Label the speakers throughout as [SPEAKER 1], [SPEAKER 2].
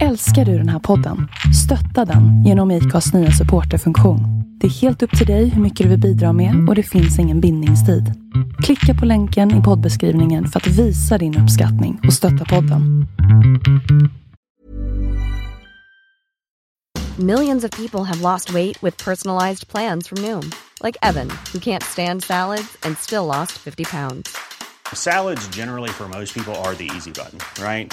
[SPEAKER 1] Älskar du den här podden? Stötta den genom IKAs nya supporterfunktion. Det är helt upp till dig hur mycket du vill bidra med och det finns ingen bindningstid. Klicka på länken i poddbeskrivningen för att visa din uppskattning och stötta podden.
[SPEAKER 2] Millions of people have lost weight with personalized plans from Noom, like Evan, who can't stand salads and still lost 50 pounds.
[SPEAKER 3] Salads, generally, for most people, are the easy button, right?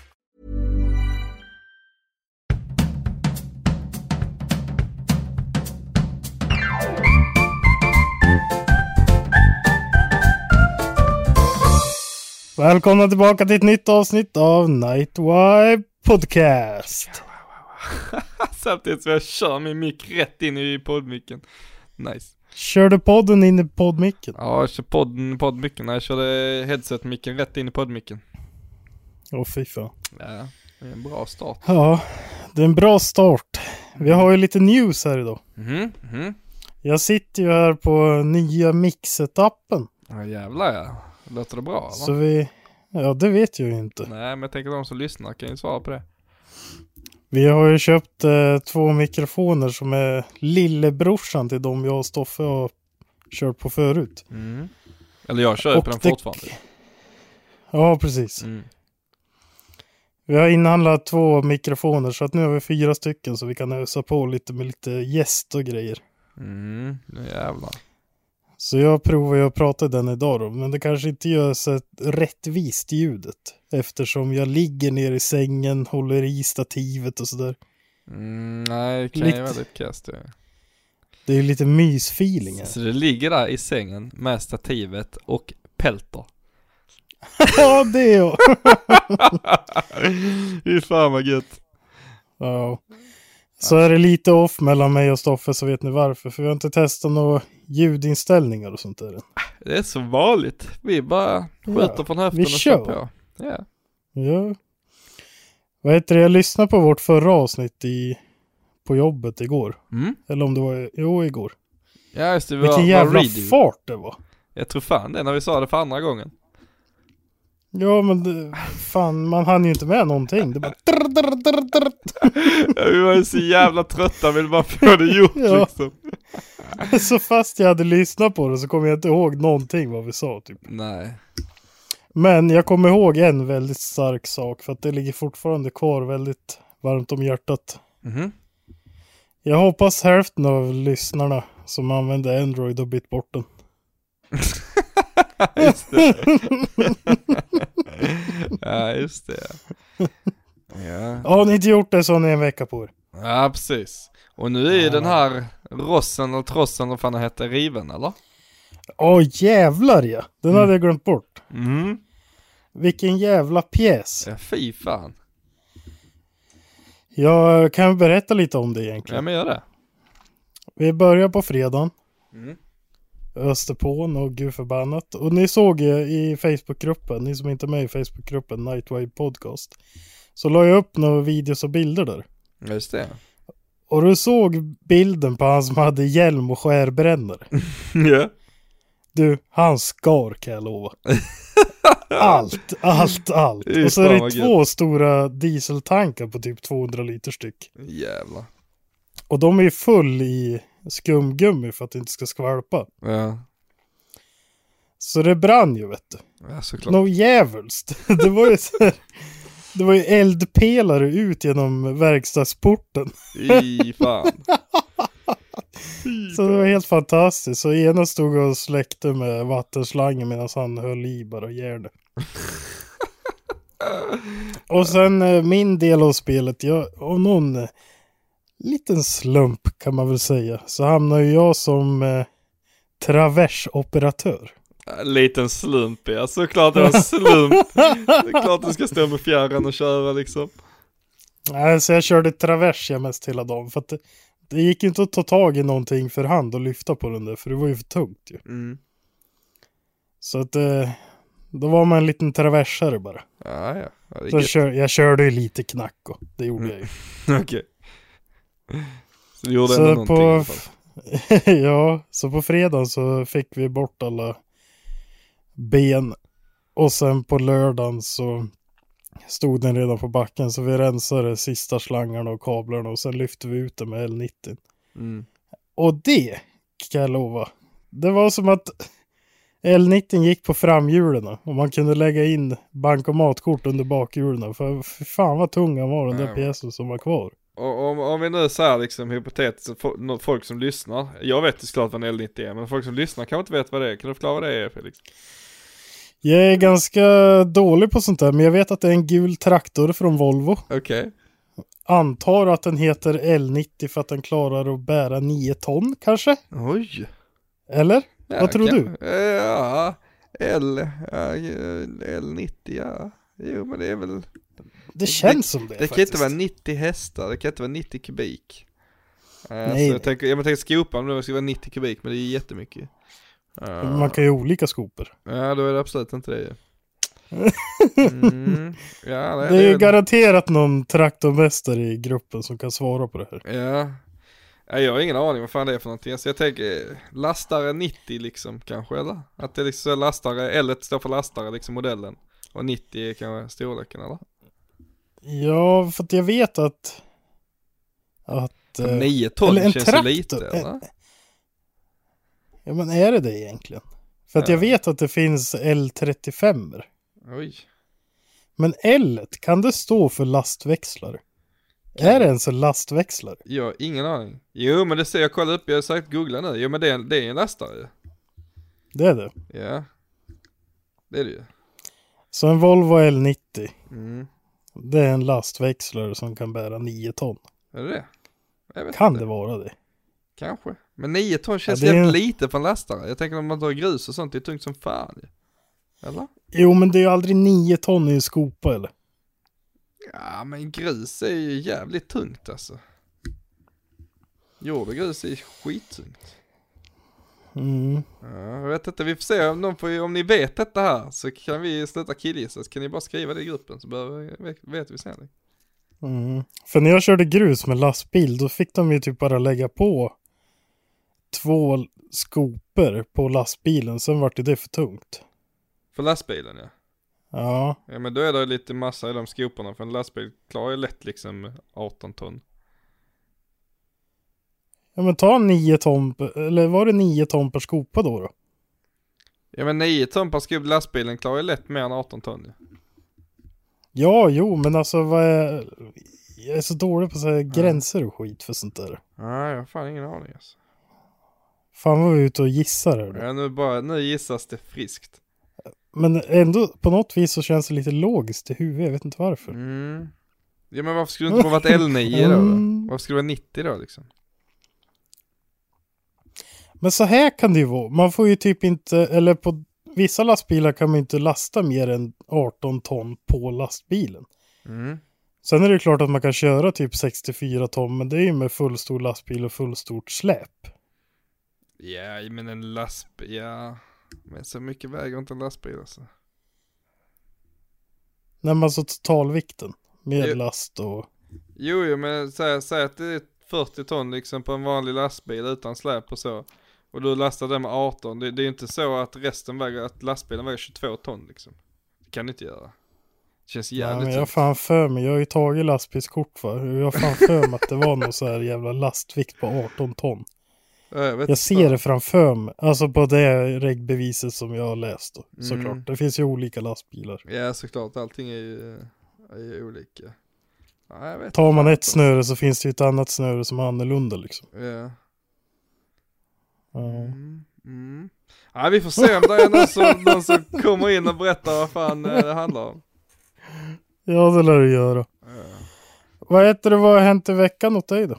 [SPEAKER 4] Välkomna tillbaka till ett nytt avsnitt av Nightwipe Podcast.
[SPEAKER 5] Samtidigt som jag kör min mick rätt in i poddmicken. Nice.
[SPEAKER 4] Körde podden in i poddmicken?
[SPEAKER 5] Ja, jag kör podden, poddmicken. Nej, jag körde headset-micken rätt in i poddmicken.
[SPEAKER 4] Åh fy fan.
[SPEAKER 5] Ja, det är en bra start.
[SPEAKER 4] Ja, det är en bra start. Vi har ju lite news här idag.
[SPEAKER 5] Mhm, mhm.
[SPEAKER 4] Jag sitter ju här på nya mixetappen.
[SPEAKER 5] Ja, jävlar ja. Låter det bra
[SPEAKER 4] Så
[SPEAKER 5] eller?
[SPEAKER 4] vi... Ja, det vet jag ju inte.
[SPEAKER 5] Nej, men jag tänker att de som lyssnar kan ju svara på det.
[SPEAKER 4] Vi har ju köpt eh, två mikrofoner som är lillebrorsan till de jag och Stoffe har kört på förut.
[SPEAKER 5] Mm. Eller jag kör ju
[SPEAKER 4] Och
[SPEAKER 5] på den
[SPEAKER 4] det-
[SPEAKER 5] fortfarande.
[SPEAKER 4] Ja, precis.
[SPEAKER 5] Mm.
[SPEAKER 4] Vi har inhandlat två mikrofoner så att nu har vi fyra stycken så vi kan ösa på lite med lite gäst och grejer.
[SPEAKER 5] Mm, nu jävlar.
[SPEAKER 4] Så jag provar ju att prata i den idag då, men det kanske inte gör så ett rättvist ljudet. Eftersom jag ligger ner i sängen, håller i stativet och sådär.
[SPEAKER 5] Mm, nej, det kan
[SPEAKER 4] Lite-
[SPEAKER 5] ju vara lite kasst ju.
[SPEAKER 4] Det är ju lite mysfeeling här.
[SPEAKER 5] Så du ligger där i sängen med stativet och pelter.
[SPEAKER 4] ja, det är jag.
[SPEAKER 5] Fy fan vad gött.
[SPEAKER 4] Ja. Så är det lite off mellan mig och Stoffe så vet ni varför. För vi har inte testat några ljudinställningar och sånt där än.
[SPEAKER 5] Det är som vanligt. Vi bara skjuter
[SPEAKER 4] Ja,
[SPEAKER 5] från höften
[SPEAKER 4] vi
[SPEAKER 5] och
[SPEAKER 4] kör.
[SPEAKER 5] kör på. Ja.
[SPEAKER 4] Ja. Vad heter det? Jag lyssnade på vårt förra avsnitt i, på jobbet igår.
[SPEAKER 5] Mm.
[SPEAKER 4] Eller om det var, jo igår.
[SPEAKER 5] Ja just det, vi
[SPEAKER 4] Vilken
[SPEAKER 5] var,
[SPEAKER 4] jävla
[SPEAKER 5] var redo.
[SPEAKER 4] fart det var.
[SPEAKER 5] Jag tror fan det när vi sa det för andra gången.
[SPEAKER 4] Ja men det, fan man hann ju inte med någonting. Det bara drr, drr, drr, drr.
[SPEAKER 5] Ja, vi var ju så jävla trötta, ville bara få det gjort
[SPEAKER 4] Ja.
[SPEAKER 5] liksom.
[SPEAKER 4] Så fast jag hade lyssnat på det så kommer jag inte ihåg någonting vad vi sa typ.
[SPEAKER 5] Nej.
[SPEAKER 4] Men jag kommer ihåg en väldigt stark sak för att det ligger fortfarande kvar väldigt varmt om hjärtat.
[SPEAKER 5] Mhm.
[SPEAKER 4] Jag hoppas hälften av lyssnarna som använder Android har bytt bort den.
[SPEAKER 5] just det. ja just det. Ja.
[SPEAKER 4] Har ni inte gjort det så har ni en vecka på er.
[SPEAKER 5] ja precis. Och nu är ju den här rossen och trossen, vad fan den hette, riven eller?
[SPEAKER 4] Åh jävlar ja! Den hade jag glömt bort.
[SPEAKER 5] Mm.
[SPEAKER 4] Vilken jävla pjäs.
[SPEAKER 5] Ja fy fan.
[SPEAKER 4] Jag kan berätta lite om det egentligen.
[SPEAKER 5] Ja men gör det.
[SPEAKER 4] Vi börjar på fredagen.
[SPEAKER 5] Mm.
[SPEAKER 4] Österpån och gud förbannat. Och ni såg ju i Facebookgruppen, ni som inte är med i Facebookgruppen Nightwave Podcast. Så la jag upp några videos och bilder där.
[SPEAKER 5] Ja, Just det.
[SPEAKER 4] Och du såg bilden på han som hade hjälm och skärbrännare.
[SPEAKER 5] Ja.
[SPEAKER 4] Du, han skar kan jag lova. Allt, allt, allt.
[SPEAKER 5] Fy
[SPEAKER 4] Och så är
[SPEAKER 5] fan,
[SPEAKER 4] det
[SPEAKER 5] vad
[SPEAKER 4] två stora dieseltankar på typ 200 liter styck.
[SPEAKER 5] Jävlar.
[SPEAKER 4] Och de är ju full i skumgummi för att det inte ska skvalpa.
[SPEAKER 5] Ja.
[SPEAKER 4] Så det brann ju vet du.
[SPEAKER 5] Ja såklart.
[SPEAKER 4] Något djävulskt. Det var ju så här, Det var ju eldpelare ut genom verkstadsporten.
[SPEAKER 5] Fy fan. Fy
[SPEAKER 4] Så det var helt fantastiskt. Så ena stod och släckte med vattenslangen medan han höll i bara järnet. Och sen eh, min del av spelet, jag, av någon eh, liten slump kan man väl säga, så hamnar ju jag som eh, traversoperatör.
[SPEAKER 5] Liten slump ja, såklart det var en slump. Det är klart du ska stå med fjärran och köra liksom.
[SPEAKER 4] Nej, så jag körde travers jag mest hela dagen. För att det, det gick ju inte att ta tag i någonting för Mm. hand och lyfta på den där, för det var ju för tungt ju.
[SPEAKER 5] Mm.
[SPEAKER 4] Så att eh, Då var man en liten traversare bara.
[SPEAKER 5] Ja, ja. ja det är
[SPEAKER 4] Så
[SPEAKER 5] gött.
[SPEAKER 4] kör, jag körde ju lite knack och det gjorde jag ju.
[SPEAKER 5] Okej. Så du gjorde
[SPEAKER 4] Så
[SPEAKER 5] ändå någonting
[SPEAKER 4] på-
[SPEAKER 5] i alla fall.
[SPEAKER 4] ja, så på fredagen så fick vi bort alla ben. Och sen på lördagen så stod den redan på backen så vi rensade sista slangarna och kablarna och sen lyfte vi ut den med L90.
[SPEAKER 5] Mm.
[SPEAKER 4] Och det kan jag lova. Det var som att L90 gick på framhjulen och man kunde lägga in bankomatkort under bakhjulen. För fy fan vad tung han var den där
[SPEAKER 5] Ja.
[SPEAKER 4] pjäsen som var kvar.
[SPEAKER 5] Och om, om vi nu säger liksom hypotetiskt, fo- nå- folk som lyssnar, jag vet ju såklart vad en L90 är, men folk som lyssnar kanske inte vet vad det är, kan du förklara vad det är Felix?
[SPEAKER 4] Jag är ganska dålig på sånt där men jag vet att det är en gul traktor från Volvo.
[SPEAKER 5] Okej.
[SPEAKER 4] Antar att den heter L90 för att den klarar att bära 9 ton kanske?
[SPEAKER 5] Oj.
[SPEAKER 4] Eller? Vad tror
[SPEAKER 5] kan- Eh, Ja, L, ja, L90, ja. Jo men det är väl,
[SPEAKER 4] Det känns som det,
[SPEAKER 5] det kan
[SPEAKER 4] faktiskt.
[SPEAKER 5] inte vara 90 hästar, det kan inte vara 90 kubik. Eh,
[SPEAKER 4] Nej,
[SPEAKER 5] så
[SPEAKER 4] nej.
[SPEAKER 5] jag tänker, jag tänker skopan, det ska vara 90 kubik, men det är jättemycket. Eh,
[SPEAKER 4] Man kan ju ha olika skoper.
[SPEAKER 5] Ja, då är det absolut inte det ju. Mm, ja,
[SPEAKER 4] Det är ju
[SPEAKER 5] väl-
[SPEAKER 4] garanterat någon traktormästare i gruppen som kan svara på det här.
[SPEAKER 5] Ja. Ja, Jag har ingen aning vad fan det är för någonting. Så jag tänker eh, lastare 90 liksom kanske eller? Att det liksom är lastare, L står för lastare liksom modellen. Och 90 är kanske storleken eller?
[SPEAKER 4] Ja, för att jag vet att... Att... eh,
[SPEAKER 5] 9 ton
[SPEAKER 4] eller en
[SPEAKER 5] känns
[SPEAKER 4] traktor.
[SPEAKER 5] ju lite
[SPEAKER 4] Eh,
[SPEAKER 5] eller?
[SPEAKER 4] Ja, men är det det egentligen? För att
[SPEAKER 5] Ja.
[SPEAKER 4] jag vet att det finns L35.
[SPEAKER 5] Oj.
[SPEAKER 4] Men L, kan det stå för lastväxlare? Är det ens en lastväxlare?
[SPEAKER 5] Jag har ingen aning. Jo men det ser jag, kolla upp, jag har sagt googla nu. Jo men det är, en- det är en lastare ju.
[SPEAKER 4] Det är det.
[SPEAKER 5] Ja. Det är det ju.
[SPEAKER 4] Så en Volvo L90,
[SPEAKER 5] Mm.
[SPEAKER 4] det är en lastväxlare som kan bära 9 ton.
[SPEAKER 5] Är det det? Jag vet
[SPEAKER 4] Kan
[SPEAKER 5] inte.
[SPEAKER 4] det vara det?
[SPEAKER 5] Kanske. Men 9 ton känns
[SPEAKER 4] det är-
[SPEAKER 5] jävligt lite för en lastare. Jag tänker om man tar grus och sånt, det är tungt som fan ju. Eller?
[SPEAKER 4] Jo, men det är ju aldrig 9 ton i en skopa eller?
[SPEAKER 5] Ja men grus är ju jävligt tungt alltså. Jord och grus är skittungt.
[SPEAKER 4] Mm.
[SPEAKER 5] Ja, jag vet inte, vi får se om, någon får, om ni vet detta här så kan vi sluta killgissa. Så kan ni bara skriva det i gruppen så behöver, vet vi sen.
[SPEAKER 4] Mm. För när jag körde grus med lastbil, då fick de ju typ bara lägga på två l- skopor på lastbilen, sen vart ju det för tungt.
[SPEAKER 5] För lastbilen ja.
[SPEAKER 4] Ja,
[SPEAKER 5] Ja men då är det lite massa i de skoporna för en lastbil klarar ju lätt liksom 18 ton.
[SPEAKER 4] ja men ta 9 ton, p- eller var det 9 ton per skopa då? då?
[SPEAKER 5] Ja men 9 ton per skop lastbilen klarar ju lätt mer än 18 ton ju.
[SPEAKER 4] Ja, jo, men alltså vad är... Jag är så dålig på så här gränser och skit för sånt där.
[SPEAKER 5] Nej jag har fan ingen aning alltså.
[SPEAKER 4] Fan vad vi är ute och gissar här nu.
[SPEAKER 5] Ja, nu, bara, nu gissas det friskt.
[SPEAKER 4] Men ändå på något vis så känns det lite logiskt i huvudet, jag vet inte varför.
[SPEAKER 5] Mm. Ja men varför skulle det inte bara varit L9 då?
[SPEAKER 4] Mm.
[SPEAKER 5] då? Varför skulle det vara 90 då liksom?
[SPEAKER 4] Men så här kan det ju vara. Man får ju typ inte, eller på vissa lastbilar kan man inte lasta mer än 18 ton på lastbilen.
[SPEAKER 5] Mm.
[SPEAKER 4] Sen är det ju klart att man kan köra typ 64 ton, men det är ju med fullstor lastbil och fullstort släp.
[SPEAKER 5] Ja men en lastbil, ja. Men så mycket väger inte en lastbil alltså.
[SPEAKER 4] När man så totalvikten med
[SPEAKER 5] Jo.
[SPEAKER 4] last och...
[SPEAKER 5] Jo jo men säg, säg att det är 40 ton liksom på en vanlig lastbil utan släp och så. Och du lastar den med 18. Det, det är ju inte så att resten väger, att lastbilen väger 22 ton liksom. Det kan du inte göra. Det känns
[SPEAKER 4] Ja,
[SPEAKER 5] jävligt typ-
[SPEAKER 4] men jag har
[SPEAKER 5] tungt.
[SPEAKER 4] fan för mig, jag har ju tagit lastbilskort va. Jag har fan för mig att det var någon så här jävla lastvikt på 18 ton.
[SPEAKER 5] Ja, jag, vet
[SPEAKER 4] Jag
[SPEAKER 5] inte
[SPEAKER 4] ser
[SPEAKER 5] fan.
[SPEAKER 4] det framför mig, alltså på det regbeviset som jag har läst då, såklart.
[SPEAKER 5] Mm.
[SPEAKER 4] Det finns ju olika lastbilar.
[SPEAKER 5] Ja såklart, allting är ju, eh, är ju olika. Ja, jag vet
[SPEAKER 4] Tar man
[SPEAKER 5] fan
[SPEAKER 4] ett
[SPEAKER 5] inte.
[SPEAKER 4] snöre så finns det ju ett annat snöre som är annorlunda liksom.
[SPEAKER 5] Ja.
[SPEAKER 4] Ja.
[SPEAKER 5] Mm. Mm. Ja, vi får se om det är någon som, någon som kommer in och berättar vad fan eh, det handlar om.
[SPEAKER 4] Ja, det lär du göra. Vad heter det, vad har hänt i veckan åt dig då?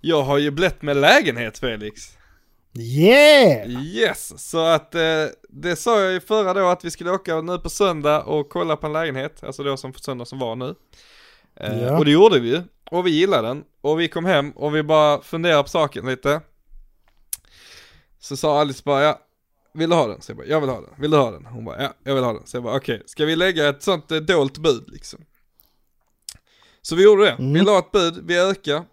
[SPEAKER 5] Jag har ju blivit med lägenhet Felix.
[SPEAKER 4] Yeah!
[SPEAKER 5] Yes, så att eh, det sa jag ju förra då att vi skulle åka nu på söndag och kolla på en lägenhet, alltså då som söndag som var nu. Eh,
[SPEAKER 4] Ja.
[SPEAKER 5] Och det gjorde vi ju, och vi gillade den, och vi kom hem och vi bara funderade på saken lite. Så sa Alice bara, ja, Vill du ha den? Så jag bara, jag vill ha den. Vill du ha den? Hon bara, ja, jag vill ha den. Så jag bara, okej, ska vi lägga ett sånt eh, dolt bud liksom? Så vi gjorde det. Vi la ett bud, vi ökade.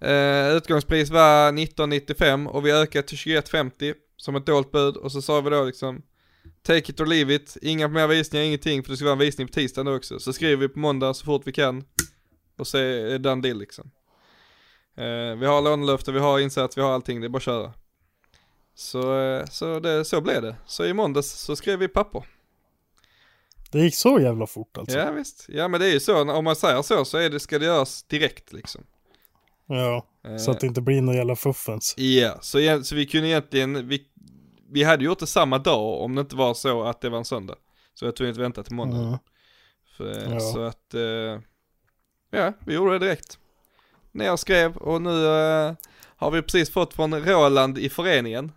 [SPEAKER 5] Eh, utgångspris var 1995 och vi ökade till 2150 som ett dolt bud och så sa vi då liksom Take it or leave it, inga mer visningar, ingenting för det ska vara en visning på tisdagen då också. Så skriver vi på måndag så fort vi kan och så är det done deal liksom. Eh, vi har lånelöfte, vi har insats, vi har allting, det är bara att köra. Så, eh, så, det, så blev det. Så i måndags så skrev vi papper.
[SPEAKER 4] Det gick så jävla fort alltså.
[SPEAKER 5] Ja visst, ja men det är ju så, om man säger så så är det, ska det göras direkt liksom.
[SPEAKER 4] Ja, så
[SPEAKER 5] Eh.
[SPEAKER 4] att det inte blir någon jävla fuffens.
[SPEAKER 5] Ja, så, igen- så vi kunde egentligen, vi, vi hade gjort det samma dag om det inte var så att det var en söndag. Så jag tror inte vänta till måndag.
[SPEAKER 4] Mm.
[SPEAKER 5] För,
[SPEAKER 4] Ja.
[SPEAKER 5] Så att, eh, ja, vi gjorde det direkt. När jag skrev och nu eh, har vi precis fått från Roland i föreningen.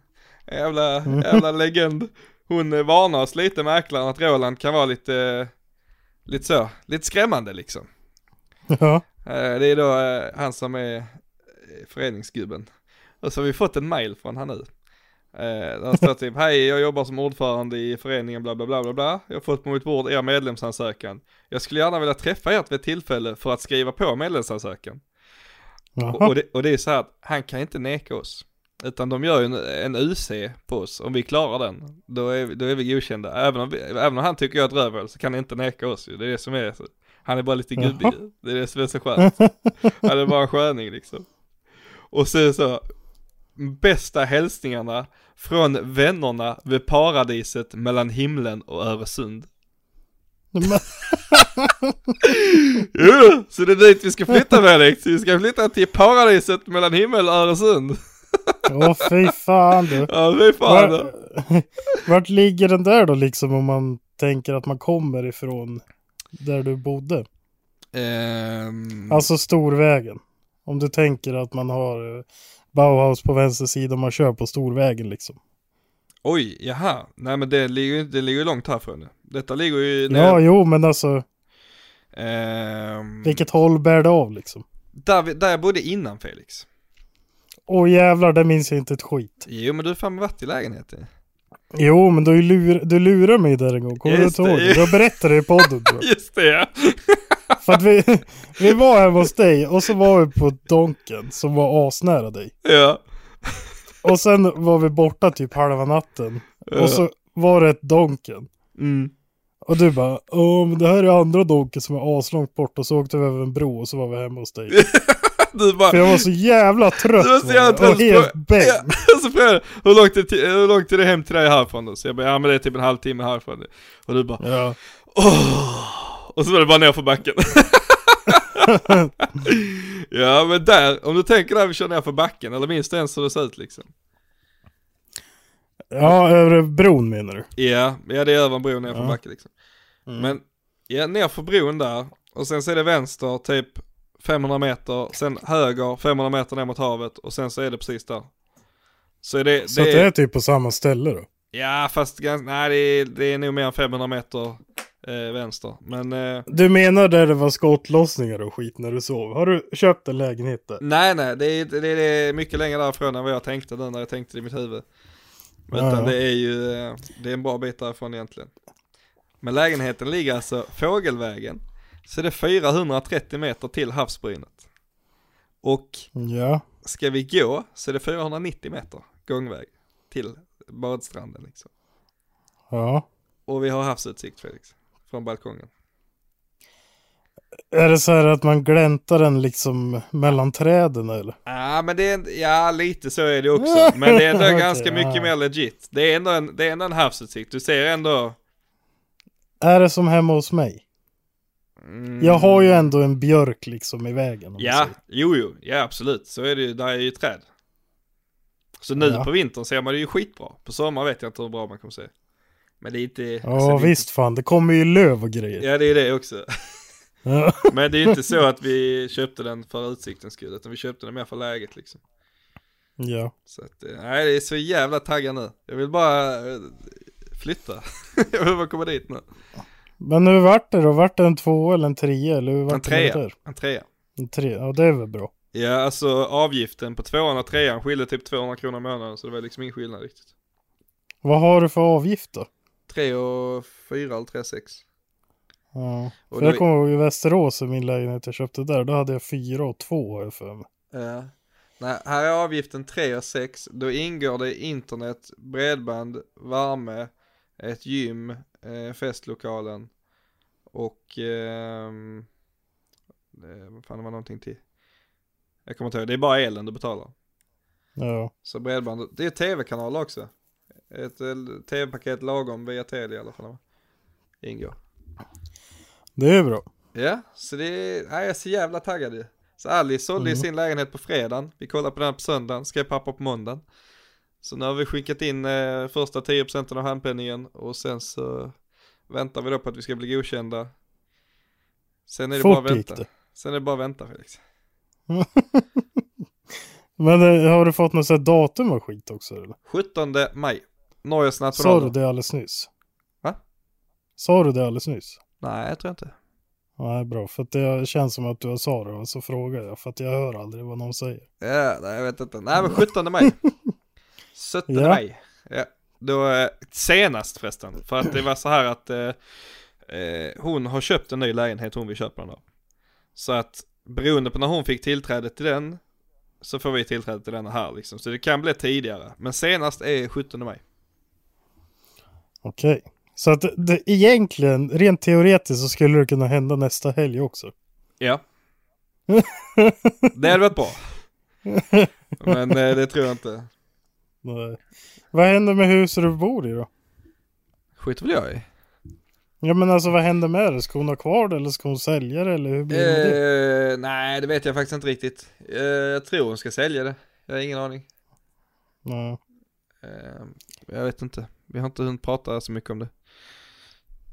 [SPEAKER 5] En Jävla,
[SPEAKER 4] Mm.
[SPEAKER 5] jävla legend. Hon eh, varnar oss lite mäklaren att Roland kan vara lite, eh, lite så, lite skrämmande liksom.
[SPEAKER 4] Ja,
[SPEAKER 5] Eh, Det är då eh, han som är eh, föreningsgubben. Och så har vi fått en mail från han nu. Eh, Där står typ, hej jag jobbar som ordförande i föreningen bla bla bla bla bla. Jag har fått på mitt bord er medlemsansökan. Jag skulle gärna vilja träffa ert vid ett tillfälle för att skriva på medlemsansökan. Och,
[SPEAKER 4] jaha.
[SPEAKER 5] och, det, och det är så här att han kan inte neka oss. Utan de gör ju en, en UC på oss, om vi klarar den, då är, vi- då är vi godkända. Även om, vi, även om han tycker jag är ett rövhål så kan han inte neka oss ju. Det är det som är, så- han är bara lite gubbig. Det är det som är så skönt. Han är bara en sköning liksom. Och sen så, bästa hälsningarna från vännerna vid paradiset mellan himlen och Öresund.
[SPEAKER 4] Men,
[SPEAKER 5] Jo, så det är dit vi ska flytta Felix. Vi ska flytta till paradiset mellan himmel och Öresund.
[SPEAKER 4] åh fy fan du.
[SPEAKER 5] Ja, fy fan.
[SPEAKER 4] Var, vart ligger den där då liksom om man tänker att man kommer ifrån där du bodde?
[SPEAKER 5] Mm. Ehm,
[SPEAKER 4] Alltså storvägen. Om du tänker att man har eh, Bauhaus på vänster sida och man kör på storvägen liksom.
[SPEAKER 5] Oj, jaha. Nej men det ligger ju det ligger ju långt härifrån. Detta ligger ju
[SPEAKER 4] Ja,
[SPEAKER 5] nere.
[SPEAKER 4] jo, men alltså
[SPEAKER 5] Ehm,
[SPEAKER 4] vilket håll bär det av liksom?
[SPEAKER 5] där, vi- där jag bodde innan Felix.
[SPEAKER 4] Åh jävlar, det minns jag inte ett skit.
[SPEAKER 5] Jo men du har fan varit i lägenheten.
[SPEAKER 4] Jo, men du, lur, du lurar mig där en gång. Kommer du
[SPEAKER 5] Just
[SPEAKER 4] inte ihåg?
[SPEAKER 5] det.
[SPEAKER 4] det? Jag berättade det i podden. Bro.
[SPEAKER 5] Just det ja.
[SPEAKER 4] För att vi, vi var hemma hos dig och så var vi på Donken som var asnära dig.
[SPEAKER 5] ja.
[SPEAKER 4] Och sen var vi borta typ halva natten. Och så var det ett Donken.
[SPEAKER 5] Mm.
[SPEAKER 4] Och du bara, åh men det här är andra Donken som är aslångt bort. Och så åkte vi över en bro och så var vi hemma hos dig.
[SPEAKER 5] Du bara,
[SPEAKER 4] För jag var så jävla trött.
[SPEAKER 5] du var så jävla
[SPEAKER 4] var jag,
[SPEAKER 5] trött.
[SPEAKER 4] Och helt bäng.
[SPEAKER 5] Ja, och så frågade jag, hur långt, är till, hur långt är det hem till dig härifrån då? Så jag bara, ja men det är typ en halvtimme härifrån. Och du bara,
[SPEAKER 4] Ja.
[SPEAKER 5] Och så var det bara ner för backen. ja men där, om du tänker där vi kör ner för backen, eller minst ens hur det ser ut liksom.
[SPEAKER 4] ja, över bron menar du?
[SPEAKER 5] Ja, ja det är över en bro ner för backen liksom.
[SPEAKER 4] Mm.
[SPEAKER 5] Men, ja ner för bron där, och sen så är det vänster typ 500 meter, sen höger 500 meter ner mot havet och sen så är det precis där. Så är det,
[SPEAKER 4] Så att det är typ på samma ställe då?
[SPEAKER 5] ja fast ganska, nej det är, det är nog mer än 500 meter eh, vänster. Men eh,
[SPEAKER 4] Du menar där det var skottlossningar och skit när du sov? Har du köpt en lägenhet där?
[SPEAKER 5] Nej, nej, det är, det är mycket längre därifrån än vad jag tänkte nu när jag tänkte det i mitt huvud. Men
[SPEAKER 4] Ja,
[SPEAKER 5] utan
[SPEAKER 4] ja.
[SPEAKER 5] det är ju, eh, det är en bra bit därifrån egentligen. Men lägenheten ligger alltså Fågelvägen, så det är 430 meter till havsbrynet. Och
[SPEAKER 4] Ja.
[SPEAKER 5] ska vi gå så är det 490 meter gångväg till badstranden liksom.
[SPEAKER 4] Ja.
[SPEAKER 5] Och vi har havsutsikt Felix, från balkongen.
[SPEAKER 4] Är det så här att man gläntar den liksom mellan träden eller?
[SPEAKER 5] Ja men det är, en- ja lite så är det också. Men det är ändå
[SPEAKER 4] Okej,
[SPEAKER 5] ganska mycket
[SPEAKER 4] ja.
[SPEAKER 5] mer legit. Det är ändå en, det är ändå en havsutsikt. Du ser ändå,
[SPEAKER 4] Är det som hemma hos mig? Jag har ju ändå en björk liksom i vägen. om man
[SPEAKER 5] Mm, ja,
[SPEAKER 4] säger.
[SPEAKER 5] jo jo, ja absolut. Så är det ju, där är ju träd. Så nu
[SPEAKER 4] Ja.
[SPEAKER 5] på vintern ser man det ju skitbra. På sommaren vet jag inte hur bra man kommer se. Men det är inte...
[SPEAKER 4] Ja
[SPEAKER 5] alltså, det är inte-
[SPEAKER 4] visst fan, det kommer ju löv och grejer.
[SPEAKER 5] Ja det är det också.
[SPEAKER 4] Ja.
[SPEAKER 5] Men det är ju inte så att vi köpte den för utsiktens skull, utan vi köpte den mer för läget liksom.
[SPEAKER 4] ja.
[SPEAKER 5] Så att, eh, nej det är så jävla taggad nu. Jag vill bara eh, flytta. jag vill bara komma dit nu.
[SPEAKER 4] Men hur vart det då? Vart det en två eller en trea? Eller hur vart
[SPEAKER 5] En
[SPEAKER 4] det med
[SPEAKER 5] trea,
[SPEAKER 4] det
[SPEAKER 5] en trea.
[SPEAKER 4] där? En trea. Ja det är väl bra.
[SPEAKER 5] Ja, alltså avgiften på tvåan och trean skilde typ 200 kronor i månaden, så det var liksom ingen skillnad riktigt.
[SPEAKER 4] Vad har du för avgift då?
[SPEAKER 5] 3 och 4 eller 3 6.
[SPEAKER 4] Ja.
[SPEAKER 5] Och
[SPEAKER 4] För
[SPEAKER 5] då-
[SPEAKER 4] jag kommer ihåg i Västerås i min lägenhet jag köpte där, då hade jag fyra och två har jag för mig.
[SPEAKER 5] Ja. Nej, här är avgiften 3 och 6. Då ingår det internet, bredband, värme, ett gym, eh, festlokalen och... ehm, eh, vad fan det var någonting till? Jag kommer inte ihåg, det är bara elen du betalar.
[SPEAKER 4] Ja.
[SPEAKER 5] Så bredband, det är tv-kanal också. Ett eh, tv-paket lagom via Telia i alla fall. va? Ingår.
[SPEAKER 4] Det är bra.
[SPEAKER 5] Ja, så det är, nej, jag är så jävla taggad ju. Så Alice sålde
[SPEAKER 4] Mhm.
[SPEAKER 5] ju sin lägenhet på fredagen, vi kollade på den på söndagen, skrev pappa på måndagen. Så nu har vi skickat in eh, första 10% av handpenningen och sen så väntar vi då på att vi ska bli godkända. Sen är det
[SPEAKER 4] Fort
[SPEAKER 5] bara att
[SPEAKER 4] gick
[SPEAKER 5] vänta.
[SPEAKER 4] det.
[SPEAKER 5] Sen är det bara att vänta Felix.
[SPEAKER 4] Men eh, har du fått något sånt här datum och skit också eller?
[SPEAKER 5] 17 maj, Norges
[SPEAKER 4] Sa du
[SPEAKER 5] nationaldag.
[SPEAKER 4] det alldeles nyss?
[SPEAKER 5] Va?
[SPEAKER 4] Sa du det alldeles nyss?
[SPEAKER 5] Nej, jag tror inte.
[SPEAKER 4] Nej, bra. För att det känns som att du har sa det och så frågar jag. För att jag hör aldrig vad någon säger.
[SPEAKER 5] Ja, nej, jag vet inte. Nej, men 17 maj. 17
[SPEAKER 4] Ja.
[SPEAKER 5] maj. Ja, då eh, senast förresten. För att det var så här att eh, eh, hon har köpt en ny lägenhet, hon vill köpa den då. Så att beroende på när hon fick tillträde till den så får vi tillträde till den här liksom. Så det kan bli tidigare. Men senast är 17 maj.
[SPEAKER 4] Okej. Så att det, det, egentligen, rent teoretiskt så skulle det kunna hända nästa helg också.
[SPEAKER 5] Ja. Det hade varit bra. Men eh, det tror jag inte.
[SPEAKER 4] Nej. eh, Vad händer med huset du bor i då?
[SPEAKER 5] Skit väl jag i.
[SPEAKER 4] Ja men alltså vad händer med det? Ska hon ha kvar det eller ska hon sälja det eller hur blir det? med det?
[SPEAKER 5] Eh, nej, det vet jag faktiskt inte riktigt. Eh, jag tror hon ska sälja det. Jag har ingen aning.
[SPEAKER 4] Nej.
[SPEAKER 5] Eh, jag vet inte. Vi har inte hunnit prata så mycket om det.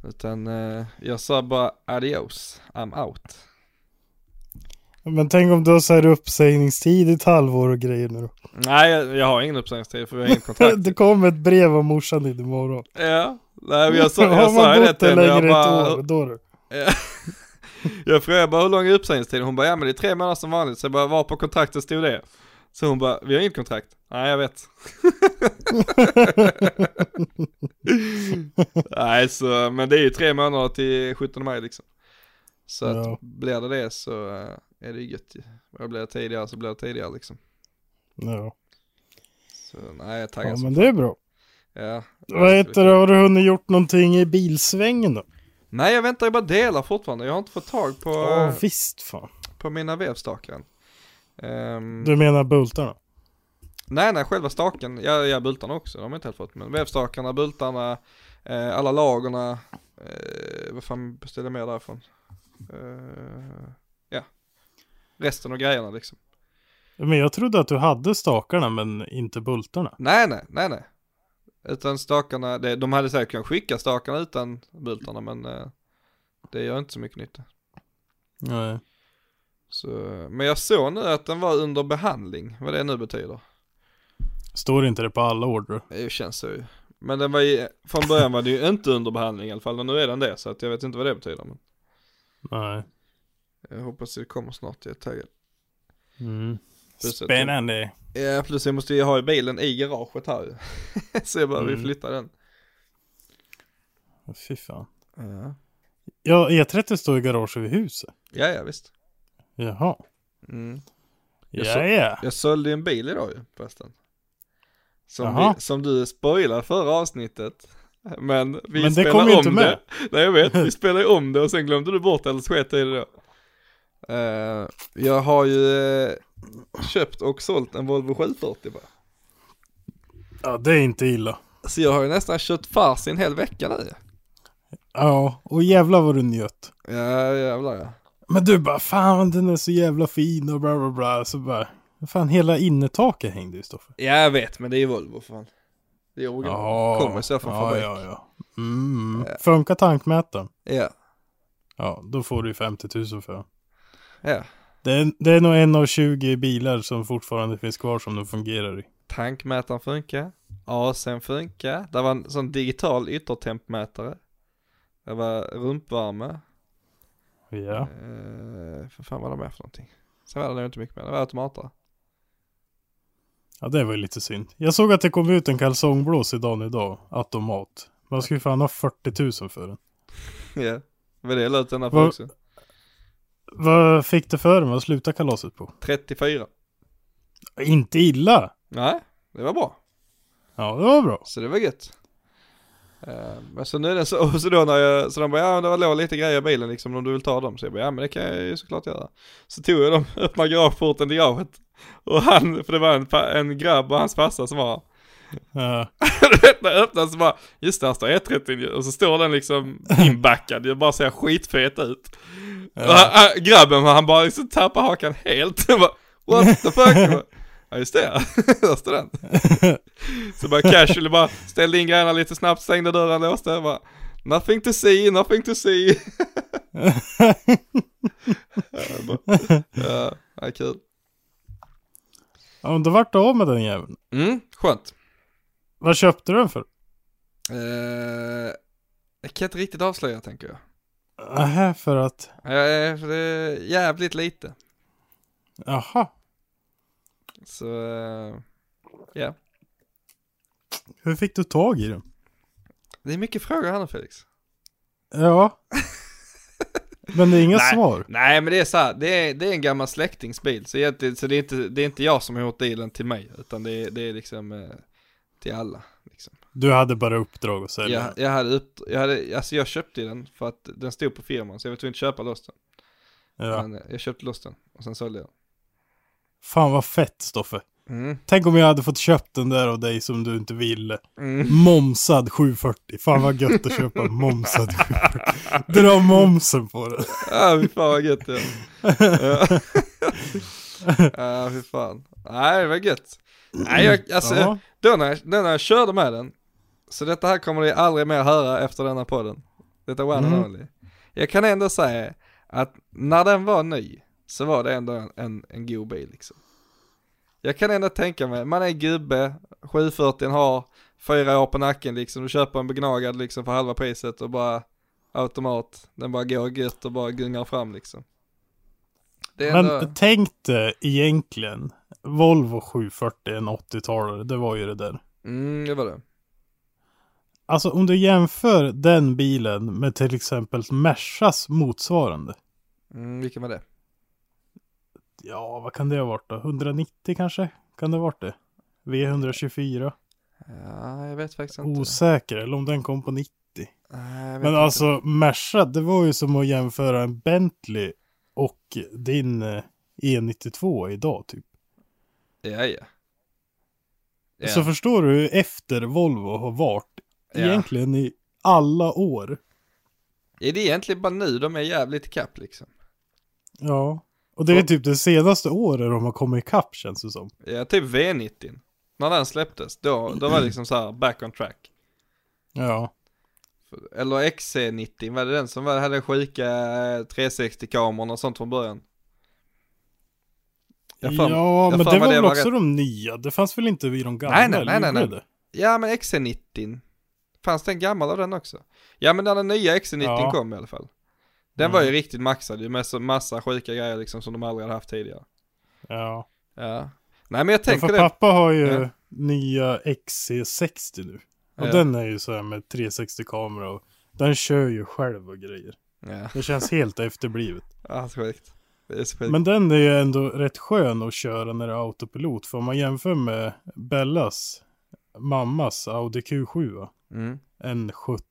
[SPEAKER 5] Utan eh, jag sa bara adios, I'm out.
[SPEAKER 4] Men tänk om du har så här uppsägningstid i ett halvår och grejer nu då.
[SPEAKER 5] Nej, jag, jag har ingen uppsägningstid för vi har ingen kontrakt.
[SPEAKER 4] Det kommer ett brev av morsan din imorgon.
[SPEAKER 5] ja, nej, men jag sa,
[SPEAKER 4] har
[SPEAKER 5] jag sa
[SPEAKER 4] man
[SPEAKER 5] ju det
[SPEAKER 4] bott
[SPEAKER 5] till
[SPEAKER 4] där
[SPEAKER 5] henne. Jag,
[SPEAKER 4] längre ett år,
[SPEAKER 5] bara,
[SPEAKER 4] då du.
[SPEAKER 5] jag frågade bara hur lång är uppsägningstiden? Hon bara, ja men det är tre månader som vanligt. Så jag bara, var på kontraktet stod det? Så hon bara, vi har inget kontrakt. Nej, jag vet. Nej, så, men det är ju tre månader till 17 maj liksom. Så att
[SPEAKER 4] Ja.
[SPEAKER 5] blir det det så eh, är det ju gött ju. Och blir det tidigare så blir det tidigare liksom.
[SPEAKER 4] ja.
[SPEAKER 5] Så nej, jag taggar
[SPEAKER 4] ja,
[SPEAKER 5] ja,
[SPEAKER 4] men det är bra.
[SPEAKER 5] ja.
[SPEAKER 4] Vad heter det, har du hunnit gjort någonting i bilsvängen då?
[SPEAKER 5] Nej, jag väntar ju bara delar fortfarande. Jag har inte fått tag på,
[SPEAKER 4] Ja visst fan.
[SPEAKER 5] på mina vevstakar än. Ehm,
[SPEAKER 4] Du menar bultarna?
[SPEAKER 5] Nej, nej, själva staken. Ja, ja bultarna också. De har jag inte helt fått. Men vevstakarna, bultarna, eh, alla lagerna. Eh, vad fan beställde jag mer därifrån? Eh, ja. Resten av grejerna liksom.
[SPEAKER 4] Men jag trodde att du hade stakarna men inte bultarna.
[SPEAKER 5] Nej, nej, nej, nej. Utan stakarna, det, de hade säkert kunnat skicka stakarna utan bultarna men eh, det gör inte så mycket nytta.
[SPEAKER 4] Nej.
[SPEAKER 5] Så, men jag såg nu att den var under behandling, vad det nu betyder.
[SPEAKER 4] Står inte det på alla order?
[SPEAKER 5] Det känns så ju. Men den var ju, från början var det ju inte under behandling i alla fall, och nu är den det så att jag vet inte vad det betyder. Men
[SPEAKER 4] Nej.
[SPEAKER 5] jag hoppas det kommer snart, jag är taggad.
[SPEAKER 4] Mm.
[SPEAKER 5] Plus att-
[SPEAKER 4] Spännande.
[SPEAKER 5] Ja, plus jag måste ju ha bilen i garaget här ju. så jag behöver ju
[SPEAKER 4] Mm.
[SPEAKER 5] flytta den.
[SPEAKER 4] Fy fan.
[SPEAKER 5] Ja,
[SPEAKER 4] Ja, E30 står i garaget vid huset.
[SPEAKER 5] ja, ja visst.
[SPEAKER 4] Jaha.
[SPEAKER 5] Mm. Jag
[SPEAKER 4] Ja,
[SPEAKER 5] så-
[SPEAKER 4] ja.
[SPEAKER 5] Jag sålde ju en bil idag ju förresten. Som,
[SPEAKER 4] Jaha.
[SPEAKER 5] vi, som du spoilade förra avsnittet. Men vi
[SPEAKER 4] Men det
[SPEAKER 5] spelade
[SPEAKER 4] kom ju
[SPEAKER 5] om
[SPEAKER 4] inte med.
[SPEAKER 5] det. Nej jag vet, vi spelade ju om det och sen glömde du bort det eller så sket jag i det då. Eh, jag har ju eh, köpt och sålt en Volvo 740 bara.
[SPEAKER 4] Ja, det är inte illa.
[SPEAKER 5] Så jag har ju nästan kört fars i en hel vecka nu.
[SPEAKER 4] Ja, och jävla vad du njöt.
[SPEAKER 5] Ja jävlar ja.
[SPEAKER 4] Men du bara, fan den är så jävla fin och bla bla bla. Så bara, fan hela innertaket hängde ju Stoffe.
[SPEAKER 5] Ja jag vet men det är ju Volvo fan. Det är original. Kommer så från
[SPEAKER 4] ja,
[SPEAKER 5] fabrik. Eh.
[SPEAKER 4] ja, ja. Mm. Funkar tankmätaren?
[SPEAKER 5] Ja,
[SPEAKER 4] Ja, då får du ju 50 000 för den.
[SPEAKER 5] ja.
[SPEAKER 4] det är, det är nog en av 20 bilar som fortfarande finns kvar som de fungerar i.
[SPEAKER 5] Tankmätaren funkar. AC'n funkar. Det var en sån digital yttertempmätare. Det var rumpvärme.
[SPEAKER 4] Ja.
[SPEAKER 5] Eh, för fan vad var det mer för någonting? Sen var det nog inte mycket mer. Det var automater.
[SPEAKER 4] Ja, det var ju lite synd. Jag såg att det kom ut en kalsongblås idag idag, automat. Man skulle fan ha 40 000 för den.
[SPEAKER 5] Ja. Vad det lät denna på
[SPEAKER 4] Vad-
[SPEAKER 5] också.
[SPEAKER 4] Vad fick du för den? Vad slutade kalaset på?
[SPEAKER 5] 34.
[SPEAKER 4] Inte illa!
[SPEAKER 5] Nej, det var bra.
[SPEAKER 4] Ja, det var bra.
[SPEAKER 5] Så det var gött. Eh, Men så nu är den så, och så då när jag, så de bara ja det var låg lite grejer i bilen liksom om du vill ta dem. Så jag bara ja men det kan jag ju såklart göra. Så tog jag dem, öppnade garageporten till garaget. Och han, för det var en, fa- en grabb och hans farsa som var
[SPEAKER 4] Ja,
[SPEAKER 5] Du vet när jag öppnar så bara, just det här står E30 ju. och så står den liksom inbackad, jag bara ser skitfet ut. Och han, han- grabben han bara liksom tappar hakan helt. Jag bara, What the fuck? Jag bara, ja just det, där står den. Så bara casually bara ställde in grejerna lite snabbt, stängde dörren, låste, jag bara, nothing to see, nothing to see. Jag bara, Ja, ja, kul.
[SPEAKER 4] ja men då vart du av med den jäveln.
[SPEAKER 5] Mm, skönt.
[SPEAKER 4] Vad köpte du den för?
[SPEAKER 5] Eh, jag kan inte riktigt avslöja tänker jag.
[SPEAKER 4] Aha, Äh, för att...
[SPEAKER 5] Eh, för det är jävligt lite.
[SPEAKER 4] Aha.
[SPEAKER 5] Så, eh, ja.
[SPEAKER 4] Hur fick du tag i den?
[SPEAKER 5] Det är mycket frågor här nu Felix.
[SPEAKER 4] Ja. Men det är inga svar.
[SPEAKER 5] Nej, men det är så här, det är, det är en gammal släktings bil. Så, egentligen, så det, är inte, det är inte jag som har gjort dealen till mig, utan det är, det är liksom eh, till alla. Liksom.
[SPEAKER 4] Du hade bara uppdrag att sälja.
[SPEAKER 5] Jag, jag, hade upp, jag, hade, alltså jag köpte den för att den stod på firman, så jag var tvungen att köpa loss den.
[SPEAKER 4] Ja.
[SPEAKER 5] Men eh, jag köpte loss den och sen sålde jag
[SPEAKER 4] Fan vad fett Stoffe.
[SPEAKER 5] den. Mm.
[SPEAKER 4] Tänk om jag hade fått köpt den där av dig som du inte ville.
[SPEAKER 5] Mm.
[SPEAKER 4] Momsad 740. Fan vad gött att köpa en momsad 740. Dra momsen på den.
[SPEAKER 5] Ja, fy fan vad gött det är. Ja, Ja, fy fan. Nej, det var gött. Nej, jag, alltså,
[SPEAKER 4] Ja.
[SPEAKER 5] då när, jag- då när jag körde med den, så detta här kommer ni aldrig mer höra efter denna podden. Detta one and only. Jag kan ändå säga att när den var ny, så var det ändå en, en, en god bil liksom. Jag kan ändå tänka mig, man är gubbe, 740 har fyra år på nacken liksom, du köper en begnagad liksom för halva priset och bara automat, den bara går gött och bara gungar fram liksom. Det är ändå,
[SPEAKER 4] Men tänk dig egentligen. Volvo 740 en 80-talare. Det var ju det där.
[SPEAKER 5] mm, det var det.
[SPEAKER 4] Alltså om du jämför den bilen med till exempel Mercas motsvarande.
[SPEAKER 5] Mm, vilken var det?
[SPEAKER 4] Ja, vad kan det ha varit då? 190 kanske? Kan det ha varit det? V124?
[SPEAKER 5] Ja, jag vet faktiskt inte.
[SPEAKER 4] Osäker, eller om den kom på 90.
[SPEAKER 5] Nej, jag vet
[SPEAKER 4] Men
[SPEAKER 5] inte.
[SPEAKER 4] alltså Merca, det var ju som att jämföra en Bentley och din eh, E92 idag typ.
[SPEAKER 5] Ja, ja. Ja,
[SPEAKER 4] Så förstår du hur efter Volvo har varit
[SPEAKER 5] Ja.
[SPEAKER 4] egentligen i alla år.
[SPEAKER 5] Är det egentligen bara nu de är jävligt ikapp liksom?
[SPEAKER 4] Ja. Och det är typ det senaste året de har kommit ikapp känns det som.
[SPEAKER 5] Ja, typ V90. När den släpptes, då, då var det liksom så här back on track.
[SPEAKER 4] Ja.
[SPEAKER 5] Eller XC90, var det den som var, hade sjuka 360-kamerorna och sånt från början? Jag fan-
[SPEAKER 4] ja,
[SPEAKER 5] jag
[SPEAKER 4] men
[SPEAKER 5] fan
[SPEAKER 4] det
[SPEAKER 5] vad
[SPEAKER 4] var väl
[SPEAKER 5] var
[SPEAKER 4] också
[SPEAKER 5] rätt.
[SPEAKER 4] de nya? Det fanns väl inte i de gamla?
[SPEAKER 5] Nej, nej,
[SPEAKER 4] eller
[SPEAKER 5] nej, nej,
[SPEAKER 4] gjorde
[SPEAKER 5] nej.
[SPEAKER 4] det?
[SPEAKER 5] Ja, men XC90. Fanns det en gammal av den också? Ja, men när den nya XC90
[SPEAKER 4] Ja.
[SPEAKER 5] kom i alla fall. Den var ju riktigt maxad ju med så massa sjuka grejer liksom som de aldrig hade haft tidigare.
[SPEAKER 4] Ja.
[SPEAKER 5] Ja. Nej, men jag
[SPEAKER 4] Ja,
[SPEAKER 5] tänker
[SPEAKER 4] för
[SPEAKER 5] det.
[SPEAKER 4] pappa har ju
[SPEAKER 5] Ja.
[SPEAKER 4] nya XC60 nu. Och
[SPEAKER 5] Ja.
[SPEAKER 4] den är ju så här med 360-kamera och den kör ju själv och grejer.
[SPEAKER 5] Ja,
[SPEAKER 4] Det känns helt efterblivet.
[SPEAKER 5] ja, så sjukt. Det är så sjukt.
[SPEAKER 4] Men den är ju ändå rätt skön att köra när det är autopilot. För om man jämför med Bellas mammas Audi Q7,
[SPEAKER 5] Mm.
[SPEAKER 4] en 17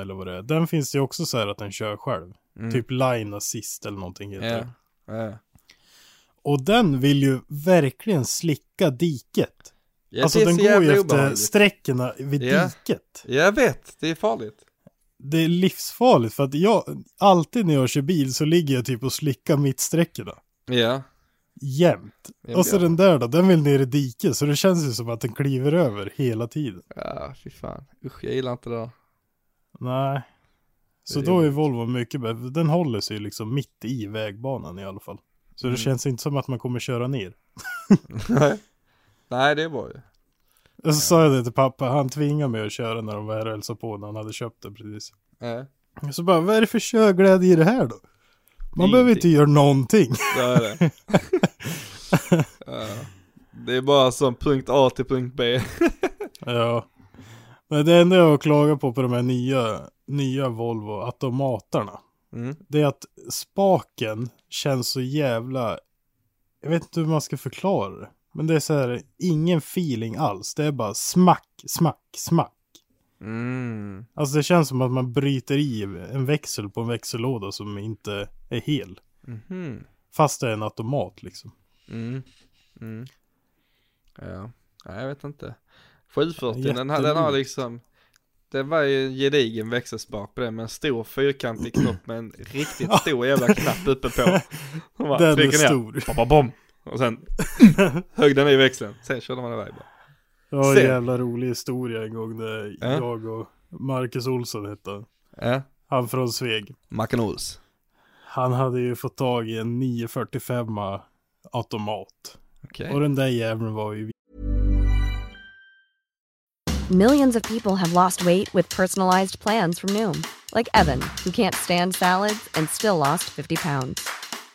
[SPEAKER 4] eller vad det är. Den finns det ju också så här att den kör själv. Typ line assist eller någonting heter
[SPEAKER 5] Mm. Ja.
[SPEAKER 4] det.
[SPEAKER 5] Ja.
[SPEAKER 4] Och den vill ju verkligen slicka diket.
[SPEAKER 5] Ja,
[SPEAKER 4] alltså
[SPEAKER 5] det är
[SPEAKER 4] den
[SPEAKER 5] så
[SPEAKER 4] går
[SPEAKER 5] jävla
[SPEAKER 4] ju efter
[SPEAKER 5] obehagligt.
[SPEAKER 4] sträckorna vid
[SPEAKER 5] Ja.
[SPEAKER 4] diket.
[SPEAKER 5] Jag vet, det är farligt.
[SPEAKER 4] det är livsfarligt för att jag, alltid när jag kör bil så ligger jag typ och slickar mittsträckorna.
[SPEAKER 5] Ja.
[SPEAKER 4] Jämt.
[SPEAKER 5] Ja,
[SPEAKER 4] Och så
[SPEAKER 5] ja.
[SPEAKER 4] den där då, den vill ner i diket så det känns ju som att den kliver över hela tiden.
[SPEAKER 5] Ja, fy fan. Usch, jag gillar inte det där.
[SPEAKER 4] Nej. Så
[SPEAKER 5] Det är
[SPEAKER 4] då är Volvo mycket bättre. Den håller sig liksom mitt i vägbanan i alla fall. Så
[SPEAKER 5] Mm.
[SPEAKER 4] det känns inte som att man kommer köra ner.
[SPEAKER 5] Nej, det är bra ju.
[SPEAKER 4] Och så sa jag det till pappa, han tvingade mig att köra när de var här och hälsade på när han hade köpt den precis.
[SPEAKER 5] Ja,
[SPEAKER 4] Så bara, vad är det för körglädje i det här då? Man behöver inte göra någonting.
[SPEAKER 5] det är det. ja. Det är bara som punkt A till punkt B.
[SPEAKER 4] Ja. Men det enda jag klagar på på de här nya, nya Volvo automaterna.
[SPEAKER 5] Mm.
[SPEAKER 4] Det är att spaken känns så jävla... Jag vet inte hur man ska förklara det. Men det är så här, ingen feeling alls. Det är bara smack, smack, smack.
[SPEAKER 5] Mm.
[SPEAKER 4] Alltså det känns som att man bryter i en växel på en växellåda som inte är hel.
[SPEAKER 5] Mhm.
[SPEAKER 4] Fast det är en automat liksom.
[SPEAKER 5] Mm. Mm. Ja. ja, jag vet inte. 740, den, har- den har
[SPEAKER 4] Jättelugnt.
[SPEAKER 5] liksom, det var ju en gedigen växelspak på den med en stor fyrkantig knopp med en riktigt stor jävla knapp uppe på. Och bara,
[SPEAKER 4] Den är
[SPEAKER 5] trycker ner.
[SPEAKER 4] stor.
[SPEAKER 5] Bom, bom. Och sen högg den i växeln. Sen körde man iväg bara.
[SPEAKER 4] Jag har en
[SPEAKER 5] Sen-
[SPEAKER 4] jävla rolig historia en gång när
[SPEAKER 5] Ja.
[SPEAKER 4] jag och Marcus Olsson hette han.
[SPEAKER 5] Ja.
[SPEAKER 4] Han från Sveg.
[SPEAKER 5] Macken Ols.
[SPEAKER 4] Han hade ju fått tag i en 945 automat.
[SPEAKER 5] Okej.
[SPEAKER 4] Och den där jäveln var ju
[SPEAKER 2] Millions of people have lost weight with personalized plans from Noom, like Evan, who can't stand salads and still lost 50 pounds.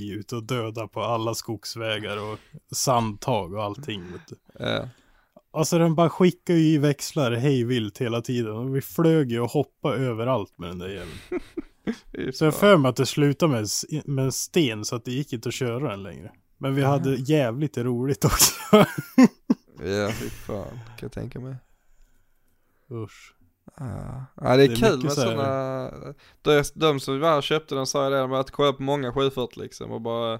[SPEAKER 4] ut och döda på alla skogsvägar och sandtag och allting. Vet du.
[SPEAKER 5] Ja.
[SPEAKER 4] Alltså den bara skickar ju i växlar hej vilt hela tiden. Och vi flög ju och hoppade överallt med den där jäveln.
[SPEAKER 5] Fy
[SPEAKER 4] Så jag har
[SPEAKER 5] fan.
[SPEAKER 4] för mig att det slutade med, en s- med en sten så att det gick inte att köra den längre. Men vi hade jävligt roligt också.
[SPEAKER 5] Ja, fy fan. Kan jag tänka mig.
[SPEAKER 4] Usch.
[SPEAKER 5] Ja, ja det är,
[SPEAKER 4] Det är
[SPEAKER 5] kul
[SPEAKER 4] mycket
[SPEAKER 5] med
[SPEAKER 4] så här-
[SPEAKER 5] sådana, de, de som var här och köpte den sa ju det, de har varit och kollat på många 740 liksom och bara,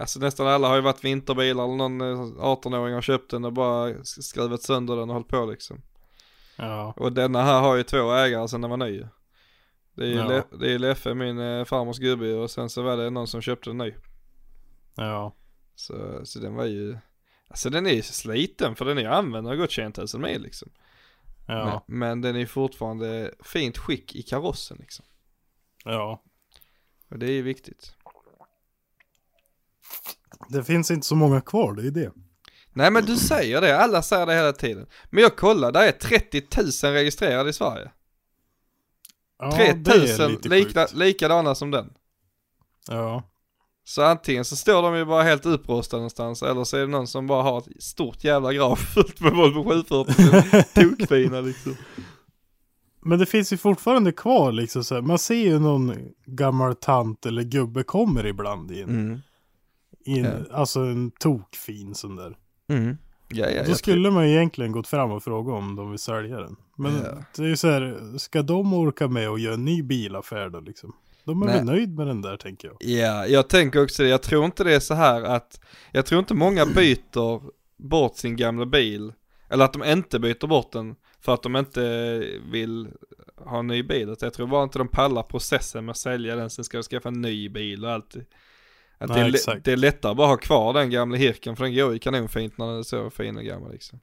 [SPEAKER 5] alltså nästan alla har ju varit vinterbilar eller någon eh, 18-åring har köpt den och bara skrivit sönder den och hållit på liksom.
[SPEAKER 4] Ja.
[SPEAKER 5] Och denna här har ju två ägare sen den var ny. Det är ju
[SPEAKER 4] Ja.
[SPEAKER 5] Le, det är Leffe, min eh, farmors gubbe och sen så var det någon som köpte den ny.
[SPEAKER 4] Ja.
[SPEAKER 5] Så, så den var ju, alltså den är ju sliten för den är ju använd och har gått 21 000 mil liksom.
[SPEAKER 4] Ja.
[SPEAKER 5] Men, men den är ju fortfarande fint skick i karossen liksom.
[SPEAKER 4] Ja.
[SPEAKER 5] Och det är ju viktigt.
[SPEAKER 4] Det finns inte så många kvar, det är det.
[SPEAKER 5] Nej men du säger det, alla säger det hela tiden. Men jag kollar, där är 30 000 registrerade i Sverige.
[SPEAKER 4] Ja,
[SPEAKER 5] 3 000
[SPEAKER 4] lite
[SPEAKER 5] likna,
[SPEAKER 4] sjukt.
[SPEAKER 5] likadana som den.
[SPEAKER 4] Ja.
[SPEAKER 5] Så antingen så står de ju bara helt uprostade någonstans eller så är det någon som bara har ett stort jävla grav fullt med Volvo 740 som är tokfina liksom.
[SPEAKER 4] Men det finns ju fortfarande kvar liksom så här. Man ser ju någon gammal tant eller gubbe kommer ibland i en,
[SPEAKER 5] Mm.
[SPEAKER 4] i en
[SPEAKER 5] Ja.
[SPEAKER 4] alltså en tokfin sån där.
[SPEAKER 5] Mm. Ja, ja,
[SPEAKER 4] Då
[SPEAKER 5] jag tror-
[SPEAKER 4] skulle man ju egentligen gått fram och fråga om de vill sälja den. Men
[SPEAKER 5] Ja.
[SPEAKER 4] det är ju så här, ska de orka med och göra en ny bilaffär då liksom? De är
[SPEAKER 5] Nej.
[SPEAKER 4] väl nöjd med den där tänker jag.
[SPEAKER 5] Ja, jag tänker också det. Jag tror inte det är så här att, jag tror inte många byter bort sin gamla bil, eller att de inte byter bort den för att de inte vill ha en ny bil. Utan Jag tror bara inte de pallar processen med att sälja den, sen ska de skaffa en ny bil och allt. Att
[SPEAKER 4] Nej,
[SPEAKER 5] det, är, lä-
[SPEAKER 4] exakt.
[SPEAKER 5] det är lättare att bara ha kvar den gamla Hirken, för den går ju kanonfint när den är så fin och gammal liksom.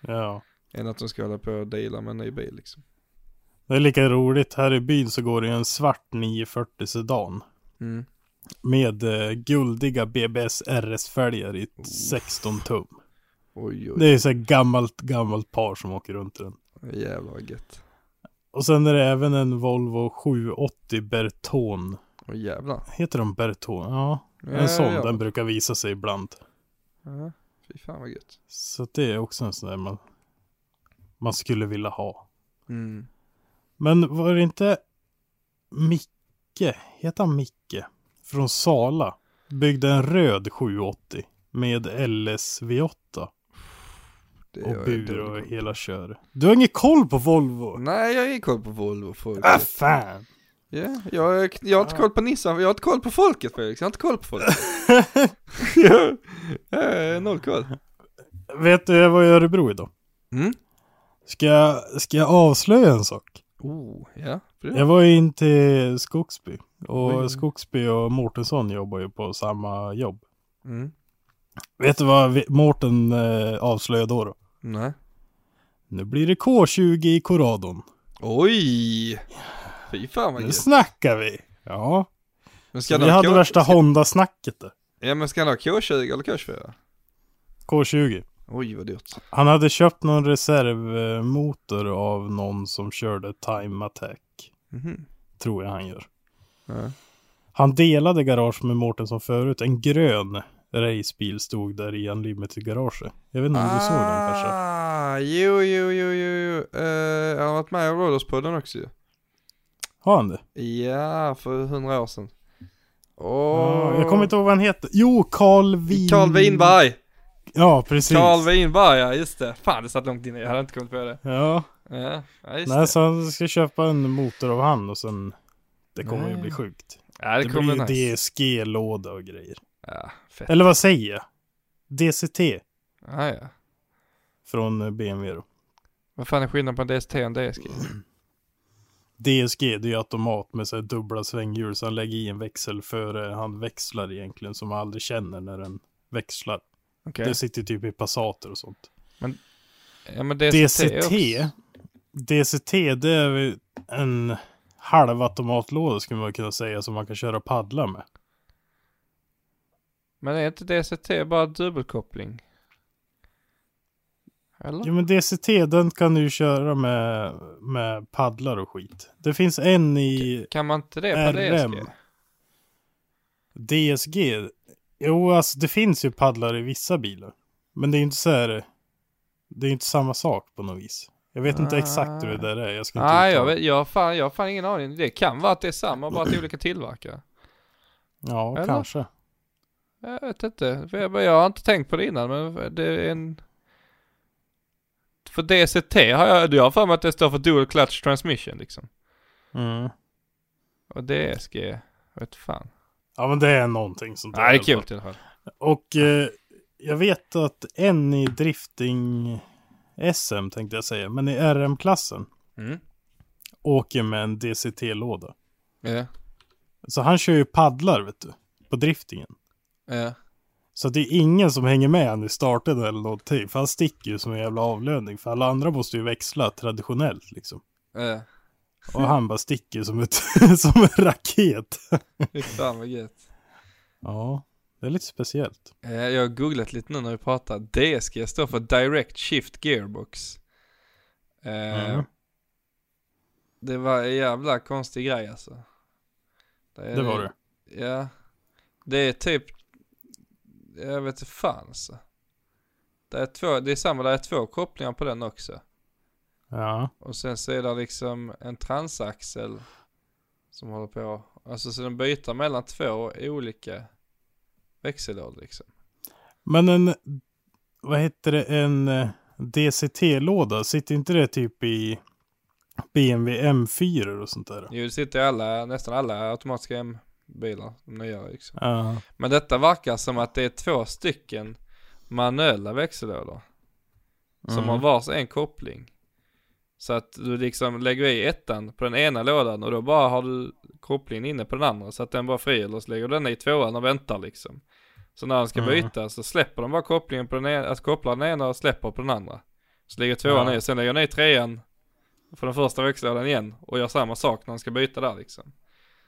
[SPEAKER 4] Ja.
[SPEAKER 5] Än att de ska hålla på och deala med en ny bil liksom.
[SPEAKER 4] Det är lika roligt, här i byn så går det ju en svart 940 sedan.
[SPEAKER 5] Mm.
[SPEAKER 4] Med eh, guldiga BBS RS-fälgar i ett 16 tum.
[SPEAKER 5] Oj,
[SPEAKER 4] Det
[SPEAKER 5] oj,
[SPEAKER 4] är så här gammalt, gammalt par som åker runt i den.
[SPEAKER 5] jävlar vad gött.
[SPEAKER 4] Och sen är det även en Volvo 780 Bertone.
[SPEAKER 5] Åh jävlar.
[SPEAKER 4] Heter de Bertone? Ja.
[SPEAKER 5] Ja,
[SPEAKER 4] En sån,
[SPEAKER 5] ja.
[SPEAKER 4] den brukar visa sig ibland.
[SPEAKER 5] Ja, fy fan vad gött.
[SPEAKER 4] Så att det är också en sån där man, man skulle vilja ha.
[SPEAKER 5] Mm.
[SPEAKER 4] Men var det inte Micke, heter han Micke? Från Sala. Byggde en röd 780 med LS V8.
[SPEAKER 5] Det
[SPEAKER 4] Och
[SPEAKER 5] jag
[SPEAKER 4] bur och
[SPEAKER 5] dålig på.
[SPEAKER 4] hela kör. Du har ingen koll på Volvo?
[SPEAKER 5] Nej, jag har ingen koll på Volvo folk.
[SPEAKER 4] Ah fan!
[SPEAKER 5] Ja, jag, är- jag har inte koll på Nissan, jag har inte koll på folket Felix, jag har inte koll på folket. jag har noll koll.
[SPEAKER 4] Vet du, jag var i Örebro idag.
[SPEAKER 5] Mm.
[SPEAKER 4] Ska jag, ska jag avslöja en sak?
[SPEAKER 5] Oh, ja.
[SPEAKER 4] Jag var ju in till Skogsby. Och
[SPEAKER 5] Oj.
[SPEAKER 4] Skogsby och Mårtensson jobbar ju på samma jobb.
[SPEAKER 5] Mm.
[SPEAKER 4] Vet du vad vi- Mårten eh, avslöjade då, då?
[SPEAKER 5] Nej.
[SPEAKER 4] Nu blir det K20 i Coradon.
[SPEAKER 5] Oj! Fy fan vad
[SPEAKER 4] Nu
[SPEAKER 5] gött.
[SPEAKER 4] snackar vi! Ja.
[SPEAKER 5] Men ska
[SPEAKER 4] Så
[SPEAKER 5] han
[SPEAKER 4] vi
[SPEAKER 5] ha
[SPEAKER 4] hade
[SPEAKER 5] K-
[SPEAKER 4] värsta
[SPEAKER 5] ska-
[SPEAKER 4] Honda-snacket där.
[SPEAKER 5] Ja men ska han ha K20 eller K24?
[SPEAKER 4] K20.
[SPEAKER 5] Oj vad dyrt.
[SPEAKER 4] Han hade köpt någon reservmotor av någon som körde Time Attack.
[SPEAKER 5] Mhm.
[SPEAKER 4] Tror jag han gör.
[SPEAKER 5] Ja.
[SPEAKER 4] Han delade garage med Mårtensson förut. En grön racebil stod där i Unlimited garage. Jag vet inte om du Mm, såg den kanske?
[SPEAKER 5] Ah, jo, jo, jo, jo, jo. Eh, han har varit med i Roderspodden också ju.
[SPEAKER 4] Har han det?
[SPEAKER 5] Ja, för hundra år sedan.
[SPEAKER 4] Ja,
[SPEAKER 5] Åh.
[SPEAKER 4] Jag kommer inte ihåg vad han heter. Jo, Carl Win...
[SPEAKER 5] Carl Winberg!
[SPEAKER 4] Ja, precis.
[SPEAKER 5] Carl Winberg, ja just det. Fan det satt långt inne, jag hade inte kommit på det.
[SPEAKER 4] Ja,
[SPEAKER 5] Ja, ja just
[SPEAKER 4] nej,
[SPEAKER 5] det.
[SPEAKER 4] så han ska köpa en motor av han och sen... Det kommer ju
[SPEAKER 5] Nej.
[SPEAKER 4] bli sjukt.
[SPEAKER 5] Ja,
[SPEAKER 4] Det,
[SPEAKER 5] det,
[SPEAKER 4] blir
[SPEAKER 5] kommer
[SPEAKER 4] ju
[SPEAKER 5] nice.
[SPEAKER 4] DSG-låda och grejer.
[SPEAKER 5] Ja, fett.
[SPEAKER 4] Eller vad säger jag? DCT
[SPEAKER 5] Ah, ja.
[SPEAKER 4] från eh, BMW då.
[SPEAKER 5] Vad fan är skillnaden på en DST och en DSG?
[SPEAKER 4] Mm. DSG, det är ju automat med så här dubbla svänghjul så han lägger i en växel före han växlar egentligen som man aldrig känner när den växlar.
[SPEAKER 5] Okej.
[SPEAKER 4] Det sitter typ i Passater och sånt.
[SPEAKER 5] Ja men DCT,
[SPEAKER 4] DCT,
[SPEAKER 5] också.
[SPEAKER 4] DCT det är väl en halvautomatlåda skulle man kunna säga som man kan köra paddla med.
[SPEAKER 5] Men är inte DCT bara dubbelkoppling? Eller?
[SPEAKER 4] Jo men DCT den kan du ju köra med, med paddlar och skit. Det finns en i
[SPEAKER 5] kan man inte det på
[SPEAKER 4] RM.
[SPEAKER 5] DSG?
[SPEAKER 4] DSG. Jo, alltså det finns ju paddlar i vissa bilar. Men det är ju inte så här. Det är ju inte samma sak på något vis. Jag vet inte exakt hur det där är. Jag ska inte
[SPEAKER 5] Nej, jag,
[SPEAKER 4] uttala-
[SPEAKER 5] vet, jag, har fan, jag har fan ingen aning. Det kan vara att det är samma, bara att olika tillverkare.
[SPEAKER 4] Ja,
[SPEAKER 5] Eller?
[SPEAKER 4] kanske.
[SPEAKER 5] Jag vet inte. För jag, bara- jag har inte tänkt på det innan, men det är en... För DCT har jag, jag har för mig att det står för Dual Clutch Transmission liksom.
[SPEAKER 4] Mm.
[SPEAKER 5] Och DSG, jag vet fan.
[SPEAKER 4] Ja, men det är någonting sånt där.
[SPEAKER 5] Nej, det
[SPEAKER 4] i
[SPEAKER 5] är
[SPEAKER 4] alla fall.
[SPEAKER 5] kul i alla fall.
[SPEAKER 4] Och eh, jag vet att en i drifting SM tänkte jag säga, men i RM-klassen
[SPEAKER 5] Mm.
[SPEAKER 4] åker med en DCT-låda.
[SPEAKER 5] Ja,
[SPEAKER 4] Så han kör ju paddlar, vet du, på driftingen.
[SPEAKER 5] ja.
[SPEAKER 4] Så det är ingen som hänger med han i starten eller någonting. För han sticker ju som en jävla avlöning. För alla andra måste ju växla traditionellt liksom.
[SPEAKER 5] Ja,
[SPEAKER 4] Och han bara sticker som, ett, som en raket.
[SPEAKER 5] Fy fan vad gött.
[SPEAKER 4] Ja, det är lite speciellt.
[SPEAKER 5] Eh, Jag har googlat lite nu när vi pratar. DSG står för Direct Shift Gearbox. Eh,
[SPEAKER 4] Mm.
[SPEAKER 5] Det var en jävla konstig grej alltså. är
[SPEAKER 4] Det var det.
[SPEAKER 5] Ja. Det är typ, jag vet inte fan alltså. Det är, två, det är samma, det är två kopplingar på den också.
[SPEAKER 4] Ja,
[SPEAKER 5] Och sen så är det liksom en transaxel som håller på. Alltså så den byter mellan två olika växellådor liksom.
[SPEAKER 4] men en, vad heter det, en eh, DCT-låda. Sitter inte det typ i BMW M4 och sånt där?
[SPEAKER 5] Jo det sitter i alla, nästan alla automatiska M-bilar, de nya liksom.
[SPEAKER 4] Ja,
[SPEAKER 5] Men detta verkar som att det är två stycken manuella växellådor. Som
[SPEAKER 4] Mm.
[SPEAKER 5] har vars en koppling. Så att du liksom lägger i ettan på den ena lådan och då bara har du kopplingen inne på den andra så att den bara frihjular så lägger du den i tvåan och väntar liksom. Så när den ska
[SPEAKER 4] Mm.
[SPEAKER 5] byta så släpper de bara kopplingen på den ena, att koppla den ena och släpper på den andra. Så lägger tvåan
[SPEAKER 4] Ja.
[SPEAKER 5] i, sen lägger den i trean på den första växellådan igen och gör samma sak när den ska byta där liksom.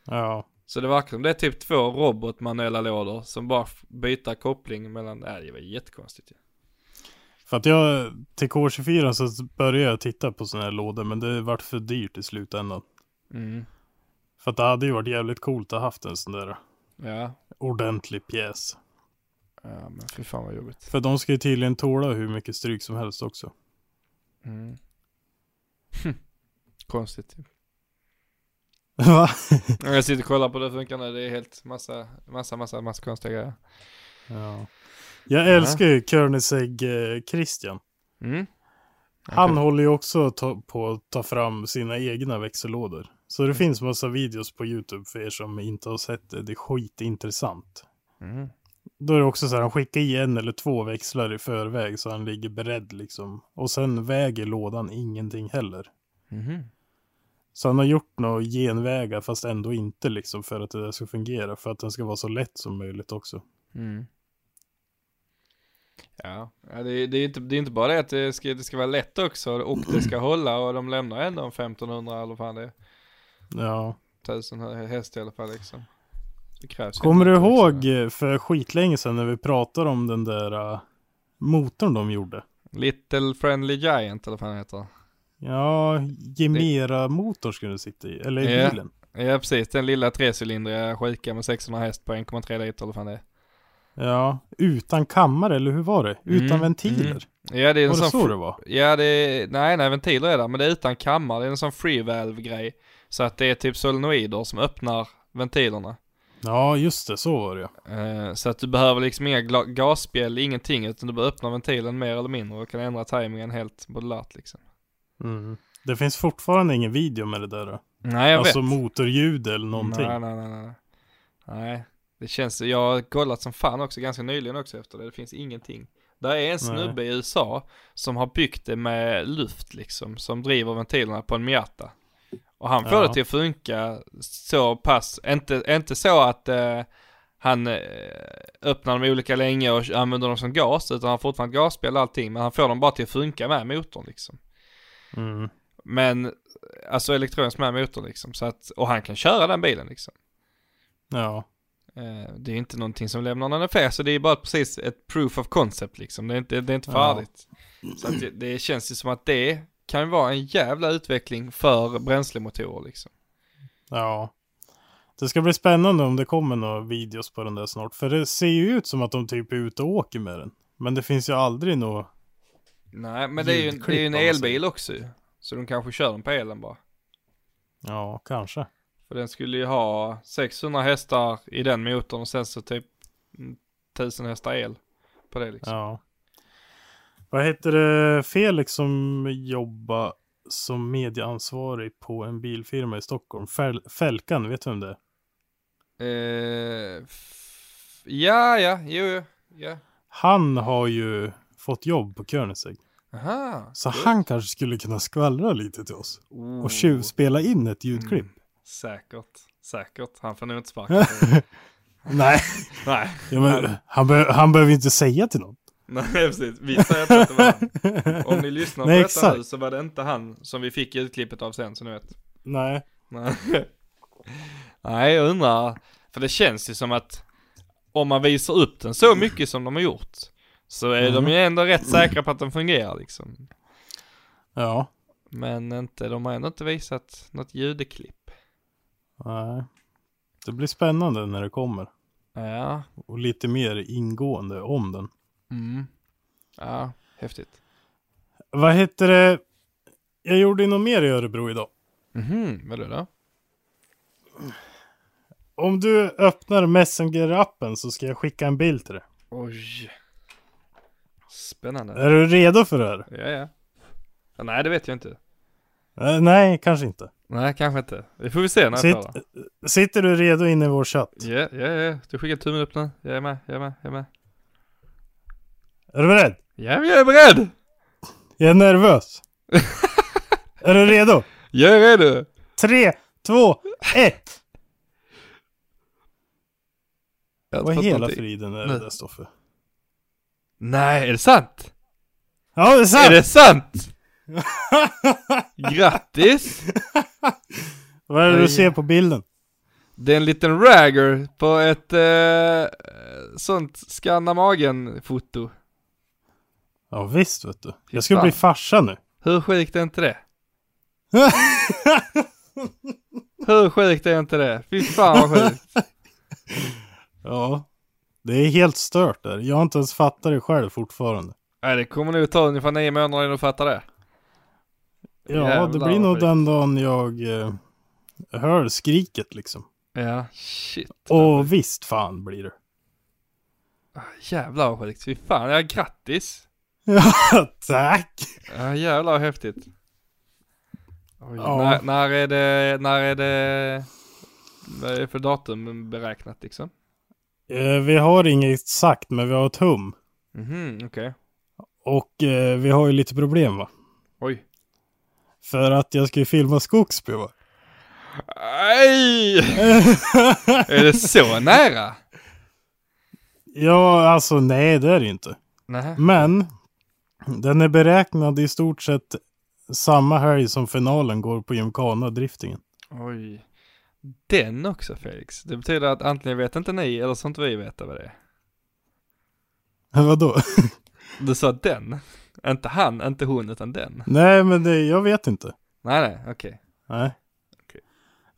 [SPEAKER 4] ja.
[SPEAKER 5] Så det verkar som det är typ två robotmanuella lådor som bara f- byter koppling mellan, nej det var jättekonstigt ju.
[SPEAKER 4] För att jag, till K24 så började jag titta på sådana här lådor. Men det vart för dyrt i slutändan.
[SPEAKER 5] Mm.
[SPEAKER 4] För att det hade ju varit jävligt coolt att haft en sån där
[SPEAKER 5] Ja.
[SPEAKER 4] ordentlig pjäs.
[SPEAKER 5] Ja men fy fan vad jobbigt.
[SPEAKER 4] För de ska ju tydligen tåla hur mycket stryk som helst också.
[SPEAKER 5] Mm. Konstigt.
[SPEAKER 4] Va?
[SPEAKER 5] Jag sitter och kollar på det funkar nu. Det är helt massa, massa, massa, massa konstiga grejer.
[SPEAKER 4] Ja. Jag älskar ju Körnisegg eh, Christian.
[SPEAKER 5] Mm.
[SPEAKER 4] Han håller ju också ta, på att ta fram sina egna växellådor. Så
[SPEAKER 5] Mm.
[SPEAKER 4] det finns massa videos på YouTube för er som inte har sett det. Det är skitintressant.
[SPEAKER 5] Mm.
[SPEAKER 4] Då är det också så här, han skickar i en eller två växlar i förväg så han ligger beredd liksom. Och sen väger lådan ingenting heller.
[SPEAKER 5] Mhm.
[SPEAKER 4] Så han har gjort några genvägar fast ändå inte liksom för att det där ska fungera. För att den ska vara så lätt som möjligt också.
[SPEAKER 5] Mm. Ja, ja det, är- det, är inte, det är inte bara det att det ska, det ska vara lätt också och det ska hålla och de lämnar ändå en 1500 eller vad fan det är.
[SPEAKER 4] Ja.
[SPEAKER 5] 1000 hä- häst i alla fall liksom. Det krävs ju
[SPEAKER 4] Kommer du
[SPEAKER 5] inte, liksom.
[SPEAKER 4] ihåg eh, för skitlänge sedan när vi pratade om den där eh, motorn de gjorde?
[SPEAKER 5] Little Friendly Giant eller vad fan heter.
[SPEAKER 4] Ja, Gemera-motorn skulle den sitta i, eller i
[SPEAKER 5] Ja.
[SPEAKER 4] bilen.
[SPEAKER 5] Ja precis, den lilla trecylindriga sjuka med 600 häst på 1,3 liter eller vad fan det är.
[SPEAKER 4] Ja, utan kammare, eller hur var det? Utan
[SPEAKER 5] Mm,
[SPEAKER 4] ventiler.
[SPEAKER 5] mm. Ja det är en
[SPEAKER 4] Var det
[SPEAKER 5] sån
[SPEAKER 4] så det var?
[SPEAKER 5] Ja, det är, nej, nej, ventiler är där, men det är utan kammare. Det är en sån free valve grej. Så att det är typ solenoider som öppnar ventilerna.
[SPEAKER 4] Ja, just det, så var det ja.
[SPEAKER 5] Eh, så att du behöver liksom inga gla- gasspjäll, ingenting, utan du bara öppnar ventilen mer eller mindre och kan ändra tajmingen helt modulärt liksom.
[SPEAKER 4] Mm. Det finns fortfarande ingen video med det där. då.
[SPEAKER 5] Nej, jag
[SPEAKER 4] alltså
[SPEAKER 5] vet.
[SPEAKER 4] motorljud eller någonting.
[SPEAKER 5] Nej, nej, nej, nej. Nej, det känns, jag har kollat som fan också ganska nyligen också efter det. Det finns ingenting. Där är en snubbe i USA som har byggt det med luft liksom, som driver ventilerna på en Miata. Och han får
[SPEAKER 4] Ja.
[SPEAKER 5] det till att funka så pass, inte, inte så att eh, han eh, öppnar dem olika länge och använder dem som gas, utan han har fortfarande gasspjäll och allting, men han får dem bara till att funka med motorn liksom.
[SPEAKER 4] Mm.
[SPEAKER 5] Men, alltså elektroniskt med motor liksom, så att, och han kan köra den bilen liksom.
[SPEAKER 4] Ja,
[SPEAKER 5] Eh, Det är inte någonting som lämnar någon affär, så det är bara precis ett proof of concept liksom. Det är inte, det är inte
[SPEAKER 4] Ja.
[SPEAKER 5] färdigt. Så att det, det känns ju som att det kan vara en jävla utveckling för bränslemotorer liksom.
[SPEAKER 4] ja. Det ska bli spännande om det kommer några videos på den där snart. För det ser ju ut som att de typ är ute och åker med den. Men det finns ju aldrig något
[SPEAKER 5] Nej, men det är ju, en- det är
[SPEAKER 4] Ljudklipp,
[SPEAKER 5] ju en
[SPEAKER 4] om man säger.
[SPEAKER 5] elbil också ju. Så de kanske kör den på elen bara.
[SPEAKER 4] Ja, kanske.
[SPEAKER 5] För den skulle ju ha 600 hästar i den motorn och sen så typ mm, 1000 hästar el på det liksom.
[SPEAKER 4] Ja. Vad heter det? Felix som jobbar som medieansvarig på en bilfirma i Stockholm. Fel- Felkan, vet du vem det är?
[SPEAKER 5] Eh, f- ja, ja, jo, jo, ja.
[SPEAKER 4] Han har ju fått jobb på Koenigsegg.
[SPEAKER 5] Aha.
[SPEAKER 4] Så han kanske skulle kunna skvallra lite till oss.
[SPEAKER 5] Oh.
[SPEAKER 4] Och tjuvspela in ett ljudklipp.
[SPEAKER 5] Säkert, säkert. Han får nog inte sparken.
[SPEAKER 4] Nej,
[SPEAKER 5] Nej,
[SPEAKER 4] ja, men, han, be- han behöver inte säga till någon.
[SPEAKER 5] nej precis. Vi säger inte att det var han. Om ni lyssnar på
[SPEAKER 4] Nej,
[SPEAKER 5] detta nu
[SPEAKER 4] exakt.
[SPEAKER 5] så var det inte han som vi fick utklippet av sen, så ni vet.
[SPEAKER 4] Nej.
[SPEAKER 5] Nej. nej, jag undrar. För det känns ju som att om man visar upp den så mycket som de har gjort så är de ju
[SPEAKER 4] Mm.
[SPEAKER 5] ändå rätt säkra på att den fungerar liksom.
[SPEAKER 4] Ja.
[SPEAKER 5] Men inte, de har ändå inte visat något ljudklipp.
[SPEAKER 4] Nej. Det blir spännande när det kommer.
[SPEAKER 5] Ja,
[SPEAKER 4] Och lite mer ingående om den.
[SPEAKER 5] mm. Ja, häftigt.
[SPEAKER 4] Vad heter det? Jag gjorde ju något mer i Örebro idag.
[SPEAKER 5] Mhm, vad är det då?
[SPEAKER 4] Om du öppnar Messenger-appen så ska jag skicka en bild till dig.
[SPEAKER 5] Oj. Spännande.
[SPEAKER 4] Är du redo för det här?
[SPEAKER 5] Ja, ja. ja nej, det vet jag inte.
[SPEAKER 4] Eh, nej, kanske inte.
[SPEAKER 5] Nej, kanske inte. Det får vi se när jag
[SPEAKER 4] Sitt,
[SPEAKER 5] får det.
[SPEAKER 4] sitter du redo inne i vår chatt?
[SPEAKER 5] Ja, ja, ja. Du skickar tummen upp nu. Jag är med, jag är med, jag är med.
[SPEAKER 4] Är du beredd?
[SPEAKER 5] Ja, men jag är beredd!
[SPEAKER 4] Jag är nervös. är du redo?
[SPEAKER 5] Jag är redo!
[SPEAKER 4] Tre, två, ett!
[SPEAKER 5] Jag har inte
[SPEAKER 4] Vad
[SPEAKER 5] fått
[SPEAKER 4] i hela
[SPEAKER 5] någonting.
[SPEAKER 4] friden är det där står för?
[SPEAKER 5] Nej, är det sant?
[SPEAKER 4] Ja, det är sant!
[SPEAKER 5] Är det sant? Grattis!
[SPEAKER 4] Vad är det
[SPEAKER 5] Oj.
[SPEAKER 4] du ser på bilden?
[SPEAKER 5] Det är en liten ragger på ett eh, sånt skanna magen-foto.
[SPEAKER 4] Ja, visst vet du. Jag
[SPEAKER 5] fan.
[SPEAKER 4] ska bli farsa nu.
[SPEAKER 5] Hur sjukt är inte det? Hur sjukt är inte det? Fy fan vad sjukt.
[SPEAKER 4] Ja. Det är helt stört där. Jag har inte ens fattat det själv fortfarande.
[SPEAKER 5] Nej, det kommer nog ta ungefär nio månader innan du fattar det.
[SPEAKER 4] Ja, det
[SPEAKER 5] Jävlar
[SPEAKER 4] blir
[SPEAKER 5] vad
[SPEAKER 4] nog
[SPEAKER 5] sjukt.
[SPEAKER 4] den dagen jag eh, hör skriket liksom.
[SPEAKER 5] Ja, shit.
[SPEAKER 4] Och visst fan blir det.
[SPEAKER 5] Ah, Jävlar vad sjukt. Fy fan, ja grattis.
[SPEAKER 4] Ja, tack!
[SPEAKER 5] Ja jävlar vad häftigt. Oj,
[SPEAKER 4] Ja.
[SPEAKER 5] när, när är det, när är det, vad är det för datum beräknat liksom?
[SPEAKER 4] Eh, Vi har inget exakt, men vi har ett hum.
[SPEAKER 5] Mhm, okej.
[SPEAKER 4] Och eh, vi har ju lite problem va?
[SPEAKER 5] Oj.
[SPEAKER 4] För att jag ska ju filma Skogsby va?
[SPEAKER 5] Aj! är det så nära?
[SPEAKER 4] Ja, alltså nej det är det ju inte.
[SPEAKER 5] Nej.
[SPEAKER 4] Men den är beräknad i stort sett samma helg som finalen går på Gymkhana-driftingen.
[SPEAKER 5] Oj. Den också Felix. Det betyder att antingen vet inte ni eller så inte vi vet vad det är.
[SPEAKER 4] Vadå?
[SPEAKER 5] Du sa den. Inte han, inte hon, utan den.
[SPEAKER 4] nej, men det, jag vet inte.
[SPEAKER 5] Nej, nej, okej.
[SPEAKER 4] Nej.
[SPEAKER 5] Okej.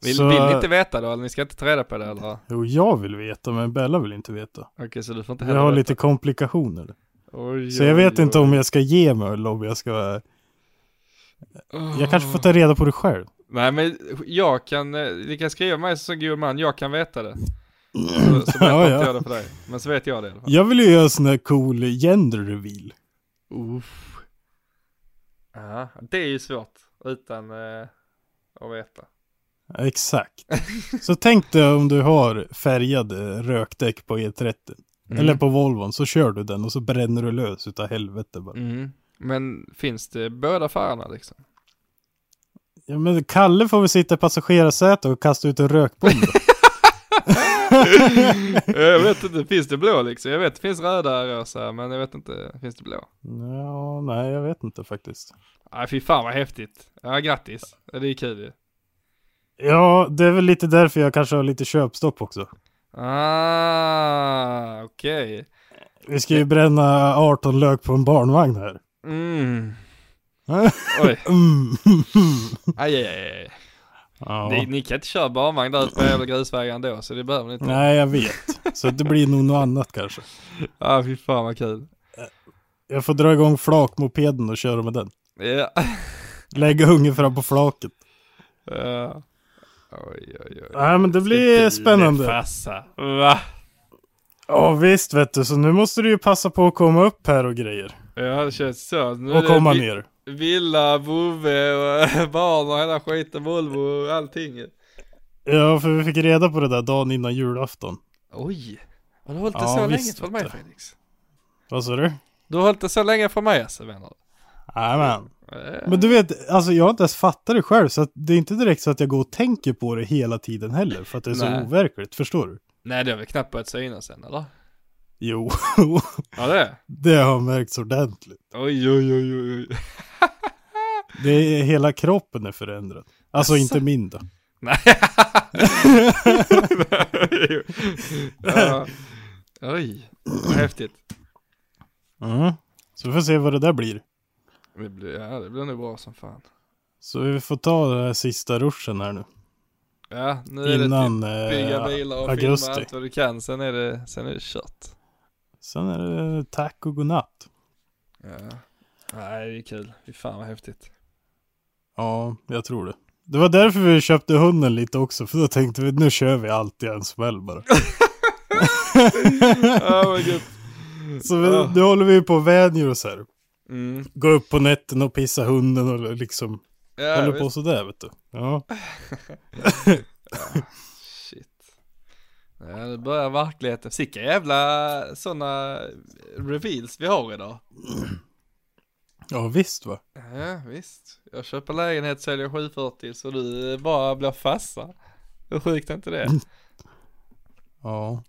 [SPEAKER 5] Vill,
[SPEAKER 4] Så-
[SPEAKER 5] vill ni inte veta då, eller ni ska inte ta reda på det eller?
[SPEAKER 4] Jo, jag vill veta, men Bella vill inte veta.
[SPEAKER 5] Okej, så du får inte
[SPEAKER 4] Jag
[SPEAKER 5] heller
[SPEAKER 4] har
[SPEAKER 5] veta.
[SPEAKER 4] lite komplikationer.
[SPEAKER 5] Oj,
[SPEAKER 4] Så jag
[SPEAKER 5] oj,
[SPEAKER 4] vet inte
[SPEAKER 5] oj.
[SPEAKER 4] om jag ska ge mig eller om jag ska... Jag kanske får ta reda på det själv.
[SPEAKER 5] Nej men jag kan, eh, ni kan skriva mig som god man, jag kan veta det. Så, så berättar
[SPEAKER 4] Ja,
[SPEAKER 5] inte
[SPEAKER 4] ja.
[SPEAKER 5] jag det för dig. Men så vet jag det i alla fall.
[SPEAKER 4] Jag vill ju göra en sån här cool gender reveal.
[SPEAKER 5] Uff. Ja, det är ju svårt utan eh, att veta.
[SPEAKER 4] Exakt. Så tänk dig om du har färgade rökdäck på E30. Mm.
[SPEAKER 5] Mm.
[SPEAKER 4] Eller på Volvon, så kör du den och så bränner du lös utav helvete bara.
[SPEAKER 5] Mm. Men finns det båda färgerna liksom?
[SPEAKER 4] Ja, men Kalle får väl sitta i passagerarsätet och kasta ut en rökbomb.
[SPEAKER 5] jag vet inte, finns det blå liksom? Jag vet det finns röda, rosa, men jag vet inte, finns det blå?
[SPEAKER 4] ja, nej, jag vet inte faktiskt.
[SPEAKER 5] Nej fy fan vad häftigt. Ja grattis, Ja, det är kul ju.
[SPEAKER 4] Ja, det är väl lite därför jag kanske har lite köpstopp också.
[SPEAKER 5] Ah, okej.
[SPEAKER 4] Vi ska ju bränna 18 lök på en barnvagn här.
[SPEAKER 5] Mm. Oj,
[SPEAKER 4] Mm.
[SPEAKER 5] aj, aj, aj. aj.
[SPEAKER 4] Ja.
[SPEAKER 5] Ni, ni kan inte köra barnvagn där ute på jävla grusvägar ändå, så det behöver ni inte.
[SPEAKER 4] Nej, jag vet. Så det blir nog något annat kanske.
[SPEAKER 5] Ah, fy fan vad kul.
[SPEAKER 4] Jag får dra igång flakmopeden och köra med den.
[SPEAKER 5] Ja.
[SPEAKER 4] Lägga ungen fram på flaket.
[SPEAKER 5] Ja. Oj, oj, oj.
[SPEAKER 4] Nej, men det blir spännande.
[SPEAKER 5] Fassa. Va?
[SPEAKER 4] Ja, visst vet du. Så nu måste du ju passa på att komma upp här och grejer.
[SPEAKER 5] Ja, det känns så. Nu är
[SPEAKER 4] Och
[SPEAKER 5] det
[SPEAKER 4] komma
[SPEAKER 5] vi-
[SPEAKER 4] ner.
[SPEAKER 5] Villa, vovve, och barn och hela skiten, Volvo och allting.
[SPEAKER 4] Ja, för vi fick reda på det där dagen innan julafton.
[SPEAKER 5] Oj. Har du hållit det
[SPEAKER 4] Ja,
[SPEAKER 5] så länge
[SPEAKER 4] visst,
[SPEAKER 5] från
[SPEAKER 4] vet
[SPEAKER 5] mig
[SPEAKER 4] du.
[SPEAKER 5] Felix?
[SPEAKER 4] Vad sa du?
[SPEAKER 5] Du har hållit det så länge från mig alltså vänner.
[SPEAKER 4] Jajamän.
[SPEAKER 5] Eh,
[SPEAKER 4] Men du vet, alltså jag har inte ens fattat det själv, så att det är inte direkt så att jag går och tänker på det hela tiden heller, för att det är så
[SPEAKER 5] Nej.
[SPEAKER 4] overkligt, förstår du?
[SPEAKER 5] Nej, det har väl knappt börjat synas än eller?
[SPEAKER 4] Jo,
[SPEAKER 5] Ja det? är.
[SPEAKER 4] det har märkts ordentligt.
[SPEAKER 5] Oj, oj, oj, oj, oj.
[SPEAKER 4] Det är, hela kroppen är förändrad. Alltså inte min då.
[SPEAKER 5] Nej. ja. Oj, vad häftigt.
[SPEAKER 4] Mm. Så vi får se vad det där blir.
[SPEAKER 5] Det blir, ja, det blir nog bra som fan.
[SPEAKER 4] Så vi får ta den här sista ruschen här nu.
[SPEAKER 5] Ja, nu är
[SPEAKER 4] Innan
[SPEAKER 5] det typ bygga
[SPEAKER 4] eh,
[SPEAKER 5] bilar och filma
[SPEAKER 4] augusti.
[SPEAKER 5] allt vad du kan. Sen är det, sen är det kört.
[SPEAKER 4] Sen är det tack och godnatt.
[SPEAKER 5] Ja. Nej, det är kul. Fy fan vad häftigt.
[SPEAKER 4] Ja, jag tror det. Det var därför vi köpte hunden lite också, för då tänkte vi nu kör vi allt i en smäll bara.
[SPEAKER 5] Ja, vad gött.
[SPEAKER 4] Så vi, nu håller vi på och vänjer oss här.
[SPEAKER 5] Mm.
[SPEAKER 4] Gå upp på nätterna och pissa hunden och liksom
[SPEAKER 5] Ja,
[SPEAKER 4] håller på
[SPEAKER 5] visst.
[SPEAKER 4] sådär vet du. Ja.
[SPEAKER 5] Shit. Ja, det börjar verkligheten. Sicka jävla sådana reveals vi har idag.
[SPEAKER 4] ja visst va.
[SPEAKER 5] Ja, visst. Jag köper lägenhet, säljer 740 så du eh, bara blir fassa. Hur sjukt är inte det?
[SPEAKER 4] Ja.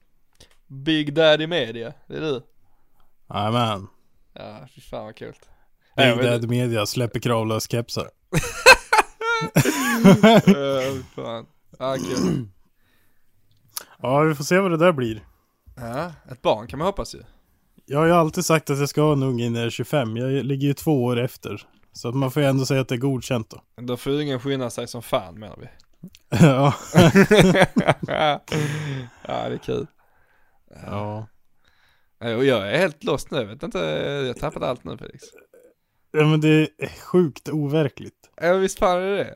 [SPEAKER 5] Big Daddy Media, det är du.
[SPEAKER 4] Jajamän.
[SPEAKER 5] Ja, fy fan vad coolt. Ja, jag
[SPEAKER 4] Big
[SPEAKER 5] vet
[SPEAKER 4] Dad Media släpper kravlös kepsar.
[SPEAKER 5] Ja, fy fan. Ja, kul.
[SPEAKER 4] Ja vi får se vad det där blir.
[SPEAKER 5] Ja, ett barn kan man hoppas ju.
[SPEAKER 4] Jag har ju alltid sagt att jag ska ha en unge innan jag är 25. Jag ligger ju två år efter. Så att man får ju ändå säga att det är godkänt då.
[SPEAKER 5] Då får ingen skynda sig som fan menar vi.
[SPEAKER 4] ja.
[SPEAKER 5] ja, det är kul.
[SPEAKER 4] ja.
[SPEAKER 5] Ja, Och jag är helt lost nu, jag vet inte, jag har tappat allt nu Felix.
[SPEAKER 4] Ja men det är sjukt overkligt.
[SPEAKER 5] Ja, visst fan är det det?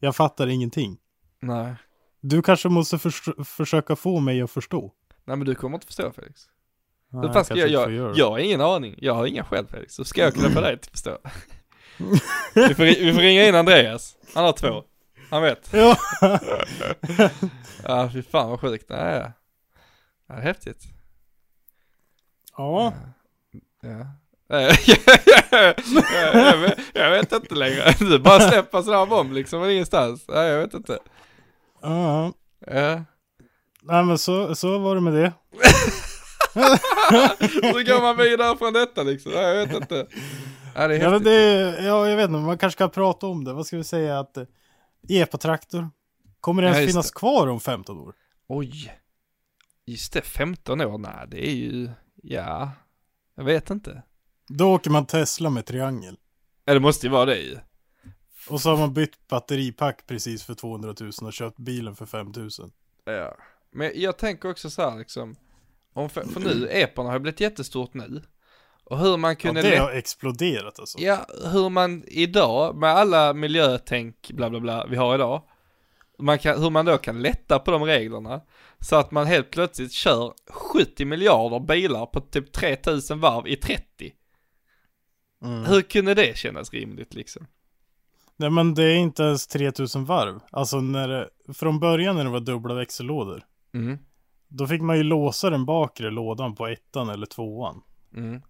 [SPEAKER 4] Jag fattar ingenting.
[SPEAKER 5] Nej.
[SPEAKER 4] Du kanske måste förs- försöka få mig att förstå.
[SPEAKER 5] Nej men du kommer inte förstå Felix.
[SPEAKER 4] Nej,
[SPEAKER 5] Så fast jag,
[SPEAKER 4] kanske
[SPEAKER 5] jag,
[SPEAKER 4] inte får göra det.
[SPEAKER 5] jag har ingen aning, jag har inga skäl Felix, så ska jag kunna få dig att förstå? vi, får, ri- vi får ringa in Andreas, han har två, han vet.
[SPEAKER 4] Ja.
[SPEAKER 5] Ja fy fan vad sjukt, nej. Ja, det är häftigt.
[SPEAKER 4] ja.
[SPEAKER 5] Ja. Eh, jag, vet, jag vet inte längre, du bara släpper sådär bom liksom från ingenstans. Nej jag vet inte.
[SPEAKER 4] ja.
[SPEAKER 5] Ja.
[SPEAKER 4] Nej men så, så var det med det.
[SPEAKER 5] Så går man vidare från detta liksom, nej, jag vet inte. Ja, det är
[SPEAKER 4] Ja, men
[SPEAKER 5] häftigt.
[SPEAKER 4] det ja, jag vet inte, man kanske kan prata om det. Vad ska vi säga att eh, epatraktor, kommer det
[SPEAKER 5] Ja,
[SPEAKER 4] ens
[SPEAKER 5] just
[SPEAKER 4] finnas kvar om 15 år?
[SPEAKER 5] Oj. Just det, 15 år, nej det är ju, ja. Jag vet inte.
[SPEAKER 4] Då åker man Tesla med triangel.
[SPEAKER 5] Ja det måste ju vara det ju.
[SPEAKER 4] Och så har man bytt batteripack precis för 200 000 och köpt bilen för 5 000.
[SPEAKER 5] Ja. Men jag tänker också så här liksom. Om för, för nu, eporna har blivit jättestort nu. Och hur man
[SPEAKER 4] Ja,
[SPEAKER 5] kunde
[SPEAKER 4] det har exploderat alltså.
[SPEAKER 5] Ja, hur man idag, med alla miljötänk bla bla bla vi har idag, man kan, hur man då kan lätta på de reglerna så att man helt plötsligt kör 70 miljarder bilar på typ 3000 varv i 30.
[SPEAKER 4] Mm.
[SPEAKER 5] Hur kunde det kännas rimligt liksom?
[SPEAKER 4] Nej men det är inte ens 3000 varv. Alltså när det, från början när det var dubbla växellådor.
[SPEAKER 5] Mm.
[SPEAKER 4] Då fick man ju låsa den bakre lådan på ettan eller tvåan.
[SPEAKER 5] Mm.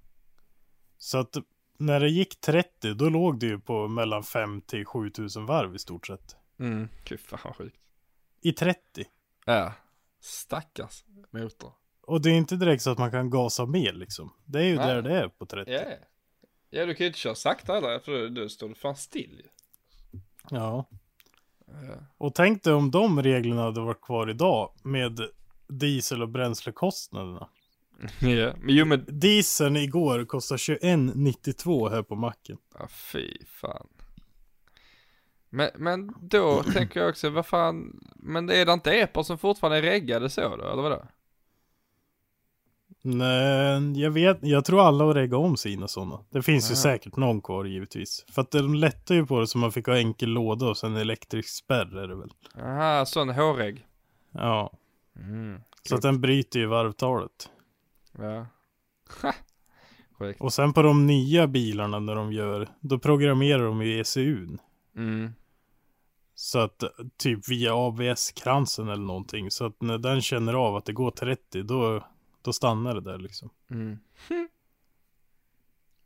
[SPEAKER 4] Så att när det gick 30 då låg det ju på mellan 5 till 7000 varv i stort sett.
[SPEAKER 5] Mm. Fy fan vad sjukt.
[SPEAKER 4] I 30.
[SPEAKER 5] Ja. Stackars motor.
[SPEAKER 4] Och det är inte direkt så att man kan gasa mer liksom. Det är ju
[SPEAKER 5] Nej.
[SPEAKER 4] där det är på 30.
[SPEAKER 5] Ja, ja. Ja, du kan ju inte köra sakta heller för då- då står du fan still ju.
[SPEAKER 4] Ja. Och tänk dig om de reglerna hade varit kvar idag med diesel och bränslekostnaderna.
[SPEAKER 5] Ja, men jo men,
[SPEAKER 4] Dieseln igår kostar 21,92 här på macken.
[SPEAKER 5] Ja, fy fan. Men, men då tänker jag också, vad fan, men är det inte epor som fortfarande är reggade så då, eller vadå?
[SPEAKER 4] Nej, jag vet, jag tror alla har reggat om sina sådana. Det finns ju säkert någon kvar givetvis. För att de lättar ju på det så man fick ha enkel låda och sen elektrisk spärr är det väl.
[SPEAKER 5] Aha, sån hårregg.
[SPEAKER 4] Ja,
[SPEAKER 5] Mm.
[SPEAKER 4] så att den bryter ju varvtalet.
[SPEAKER 5] Ja. Sjukt.
[SPEAKER 4] Och sen på de nya bilarna när de gör, då programmerar de ju ECUn.
[SPEAKER 5] Mm.
[SPEAKER 4] Så att typ via ABS-kransen eller någonting. Så att när den känner av att det går 30 då, då stannar det där liksom.
[SPEAKER 5] Mm.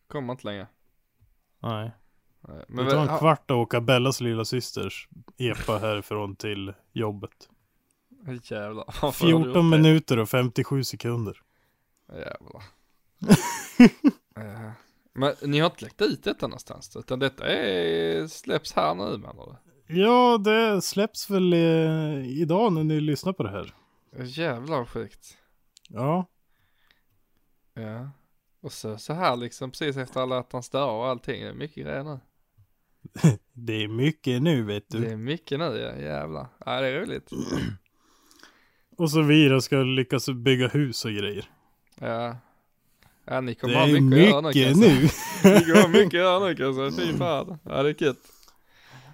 [SPEAKER 5] Kommer inte längre.
[SPEAKER 4] Nej.
[SPEAKER 5] Nej,
[SPEAKER 4] Men
[SPEAKER 5] Men
[SPEAKER 4] det tar
[SPEAKER 5] väl,
[SPEAKER 4] en
[SPEAKER 5] ha,
[SPEAKER 4] kvart att åka Bellas lilla systers epa härifrån till jobbet.
[SPEAKER 5] jävlar. varför har du gjort
[SPEAKER 4] 14
[SPEAKER 5] det?
[SPEAKER 4] minuter och 57 sekunder.
[SPEAKER 5] Jävlar. Ja. Men ni har inte lagt ut detta någonstans då, utan detta är, släpps här nu menar du?
[SPEAKER 4] Ja, det släpps väl eh, idag när ni lyssnar på det här.
[SPEAKER 5] Jävlar vad sjukt.
[SPEAKER 4] Ja,
[SPEAKER 5] Ja. Och så, så här liksom precis efter alla hjärtans dagar och allting. Det är mycket grejer nu.
[SPEAKER 4] det är mycket nu vet du.
[SPEAKER 5] Det är mycket nu ja, jävlar. Ja det är roligt.
[SPEAKER 4] Och så vi då ska lyckas bygga hus och grejer.
[SPEAKER 5] Ja. Ja ni
[SPEAKER 4] Det
[SPEAKER 5] kommer ha
[SPEAKER 4] är
[SPEAKER 5] mycket, att göra nu
[SPEAKER 4] mycket
[SPEAKER 5] kan jag
[SPEAKER 4] nu.
[SPEAKER 5] säga. Ni kommer ha mycket att göra nu kan jag säga. Fy fan. Ja det är kul.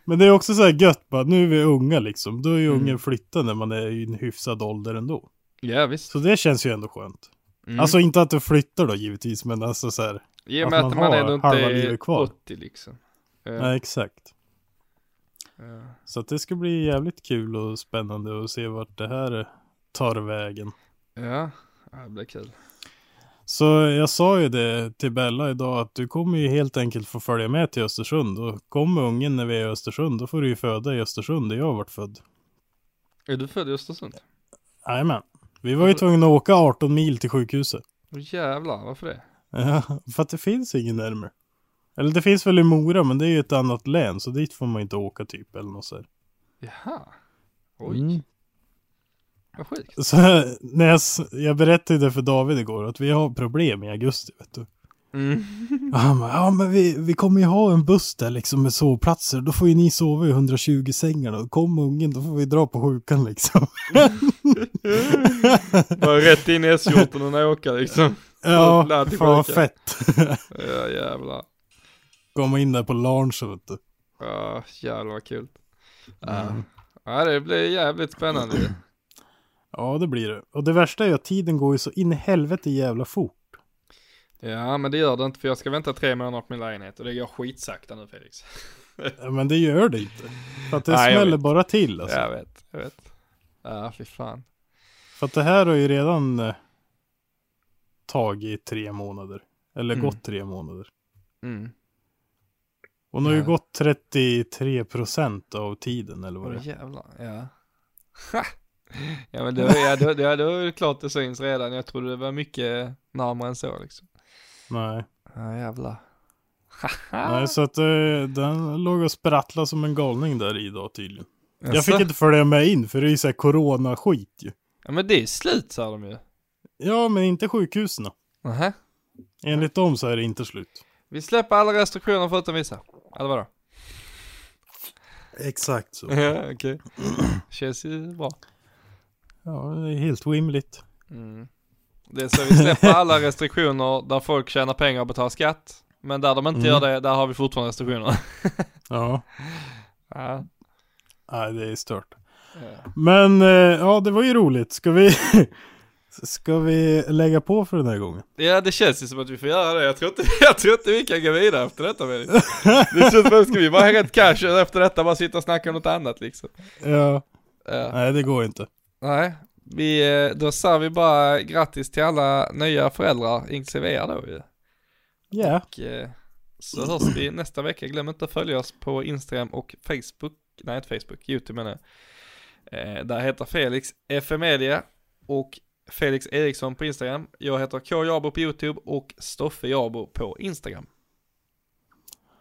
[SPEAKER 4] Men det är också så här gött bara, nu är vi unga liksom. Då är ju
[SPEAKER 5] Mm.
[SPEAKER 4] ungen flyttad när man är i en hyfsad ålder ändå.
[SPEAKER 5] Ja visst.
[SPEAKER 4] Så det känns ju ändå skönt.
[SPEAKER 5] Mm.
[SPEAKER 4] Alltså inte att du flyttar då givetvis, men alltså så här.
[SPEAKER 5] I och
[SPEAKER 4] att
[SPEAKER 5] med
[SPEAKER 4] man
[SPEAKER 5] att man
[SPEAKER 4] har
[SPEAKER 5] ändå inte
[SPEAKER 4] halva livet
[SPEAKER 5] är
[SPEAKER 4] kvar.
[SPEAKER 5] 80 liksom. Ja.
[SPEAKER 4] Nej, exakt. Så att det ska bli jävligt kul och spännande att se vart det här tar vägen.
[SPEAKER 5] Ja. ja det blir kul.
[SPEAKER 4] Så jag sa ju det till Bella idag att du kommer ju helt enkelt få följa med till Östersund och kommer ungen när vi är i Östersund då får du ju föda i Östersund där jag har varit född.
[SPEAKER 5] Är du född i Östersund?
[SPEAKER 4] Jajamän. Vi var ju tvungna att åka 18 mil till sjukhuset.
[SPEAKER 5] Åh jävlar varför det?
[SPEAKER 4] Ja, för att det finns ingen närmare. Eller det finns väl i Mora, men det är ju ett annat län, så dit får man inte åka typ eller något så här.
[SPEAKER 5] Jaha. Oj.
[SPEAKER 4] Mm.
[SPEAKER 5] Vad sjukt.
[SPEAKER 4] Så här, när jag, s- jag berättade det för David igår, att vi har problem i augusti, vet du.
[SPEAKER 5] Mm.
[SPEAKER 4] Och han bara, ja men vi, vi kommer ju ha en buss där liksom med sovplatser, då får ju ni sova i 120 sängar då. Kom ungen, då får vi dra på sjukan liksom.
[SPEAKER 5] Bara rätt in i S14 och åka liksom.
[SPEAKER 4] Ja,
[SPEAKER 5] Lär
[SPEAKER 4] fan
[SPEAKER 5] till
[SPEAKER 4] vad
[SPEAKER 5] sjukan.
[SPEAKER 4] fett.
[SPEAKER 5] Ja jävlar.
[SPEAKER 4] Komma in där på loungen, vet du.
[SPEAKER 5] Ja jävlar vad kul. Ja. ja det blir jävligt spännande ju.
[SPEAKER 4] Ja, det blir det. Och det värsta är ju att tiden går ju så in i helvete jävla fort.
[SPEAKER 5] Ja, men det gör det inte för jag ska vänta tre månader på min lägenhet och det går skitsakta nu Felix.
[SPEAKER 4] Ja, Men det gör det inte. För att det
[SPEAKER 5] Nej, jag
[SPEAKER 4] smäller
[SPEAKER 5] vet.
[SPEAKER 4] bara till alltså.
[SPEAKER 5] Jag vet, jag vet. Ja, fy fan.
[SPEAKER 4] För att det här har ju redan eh, tagit tre månader. Eller
[SPEAKER 5] Mm.
[SPEAKER 4] gått tre månader.
[SPEAKER 5] Mm.
[SPEAKER 4] Hon har ju
[SPEAKER 5] Ja.
[SPEAKER 4] gått 33 procent av tiden eller vad det
[SPEAKER 5] Åh
[SPEAKER 4] är.
[SPEAKER 5] jävlar, ja. Ha! ja men då, ja, då, då, då är det klart det syns redan. Jag trodde det var mycket närmare än så liksom.
[SPEAKER 4] Nej.
[SPEAKER 5] Ja jävlar. Ah.
[SPEAKER 4] Nej, så att eh, den låg och sprattlade som en galning där idag tydligen. Jag
[SPEAKER 5] Jaså?
[SPEAKER 4] fick inte följa med in för det är ju såhär coronaskit ju.
[SPEAKER 5] Ja men det är slut sa de ju.
[SPEAKER 4] Ja, men inte sjukhusen.
[SPEAKER 5] Nähä.
[SPEAKER 4] Enligt dem så är det inte slut.
[SPEAKER 5] Vi släpper alla restriktioner förutom vissa. Eller vadå?
[SPEAKER 4] Exakt så.
[SPEAKER 5] Ja, okej. Känns ju bra.
[SPEAKER 4] Ja, det är helt rimligt.
[SPEAKER 5] Mm. Det är så vi släpper alla restriktioner där folk tjänar pengar och betalar skatt. Men där de inte
[SPEAKER 4] Mm.
[SPEAKER 5] gör det, där har vi fortfarande restriktioner.
[SPEAKER 4] Ja,
[SPEAKER 5] Ja.
[SPEAKER 4] nej det är stört.
[SPEAKER 5] Ja.
[SPEAKER 4] Men eh, ja, det var ju roligt. Ska vi, ska vi lägga på för den här gången?
[SPEAKER 5] Ja det känns ju som att vi får göra det, jag tror inte, jag tror inte vi kan gå vidare efter detta Felix. Det känns som, ska vi vara helt casual efter detta, bara sitta och snacka om något annat liksom.
[SPEAKER 4] Ja,
[SPEAKER 5] Ja.
[SPEAKER 4] nej det går inte.
[SPEAKER 5] Nej, vi, eh, då säger vi bara grattis till alla nya föräldrar, inklusive er då ju.
[SPEAKER 4] Ja,
[SPEAKER 5] Och, eh, så hörs vi nästa vecka, glöm inte att följa oss på Instagram och Facebook, nej inte Facebook, YouTube menar jag. Eh, Där heter Felix FMedia och Felix Eriksson på Instagram. Jag heter K Jabo på YouTube och Stoffe Jabo på Instagram.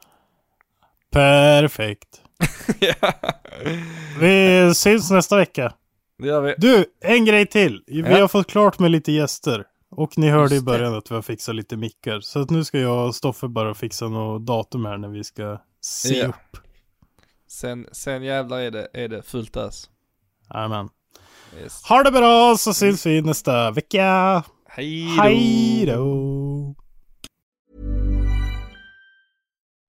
[SPEAKER 4] perfekt.
[SPEAKER 5] ja,
[SPEAKER 4] Vi syns nästa vecka.
[SPEAKER 5] det gör vi.
[SPEAKER 4] Du, en grej till. Vi
[SPEAKER 5] Ja.
[SPEAKER 4] har fått klart med lite gäster. Och ni hörde i
[SPEAKER 5] Just det.
[SPEAKER 4] början att vi har fixat lite mickar. Så att nu ska jag och Stoffe bara fixa något datum här när vi ska se
[SPEAKER 5] Ja.
[SPEAKER 4] upp.
[SPEAKER 5] Sen, sen jävlar är det, är det fullt ös.
[SPEAKER 4] Amen.
[SPEAKER 5] Yes.
[SPEAKER 4] Ha det bra så syns vi nästa vecka. Hej då!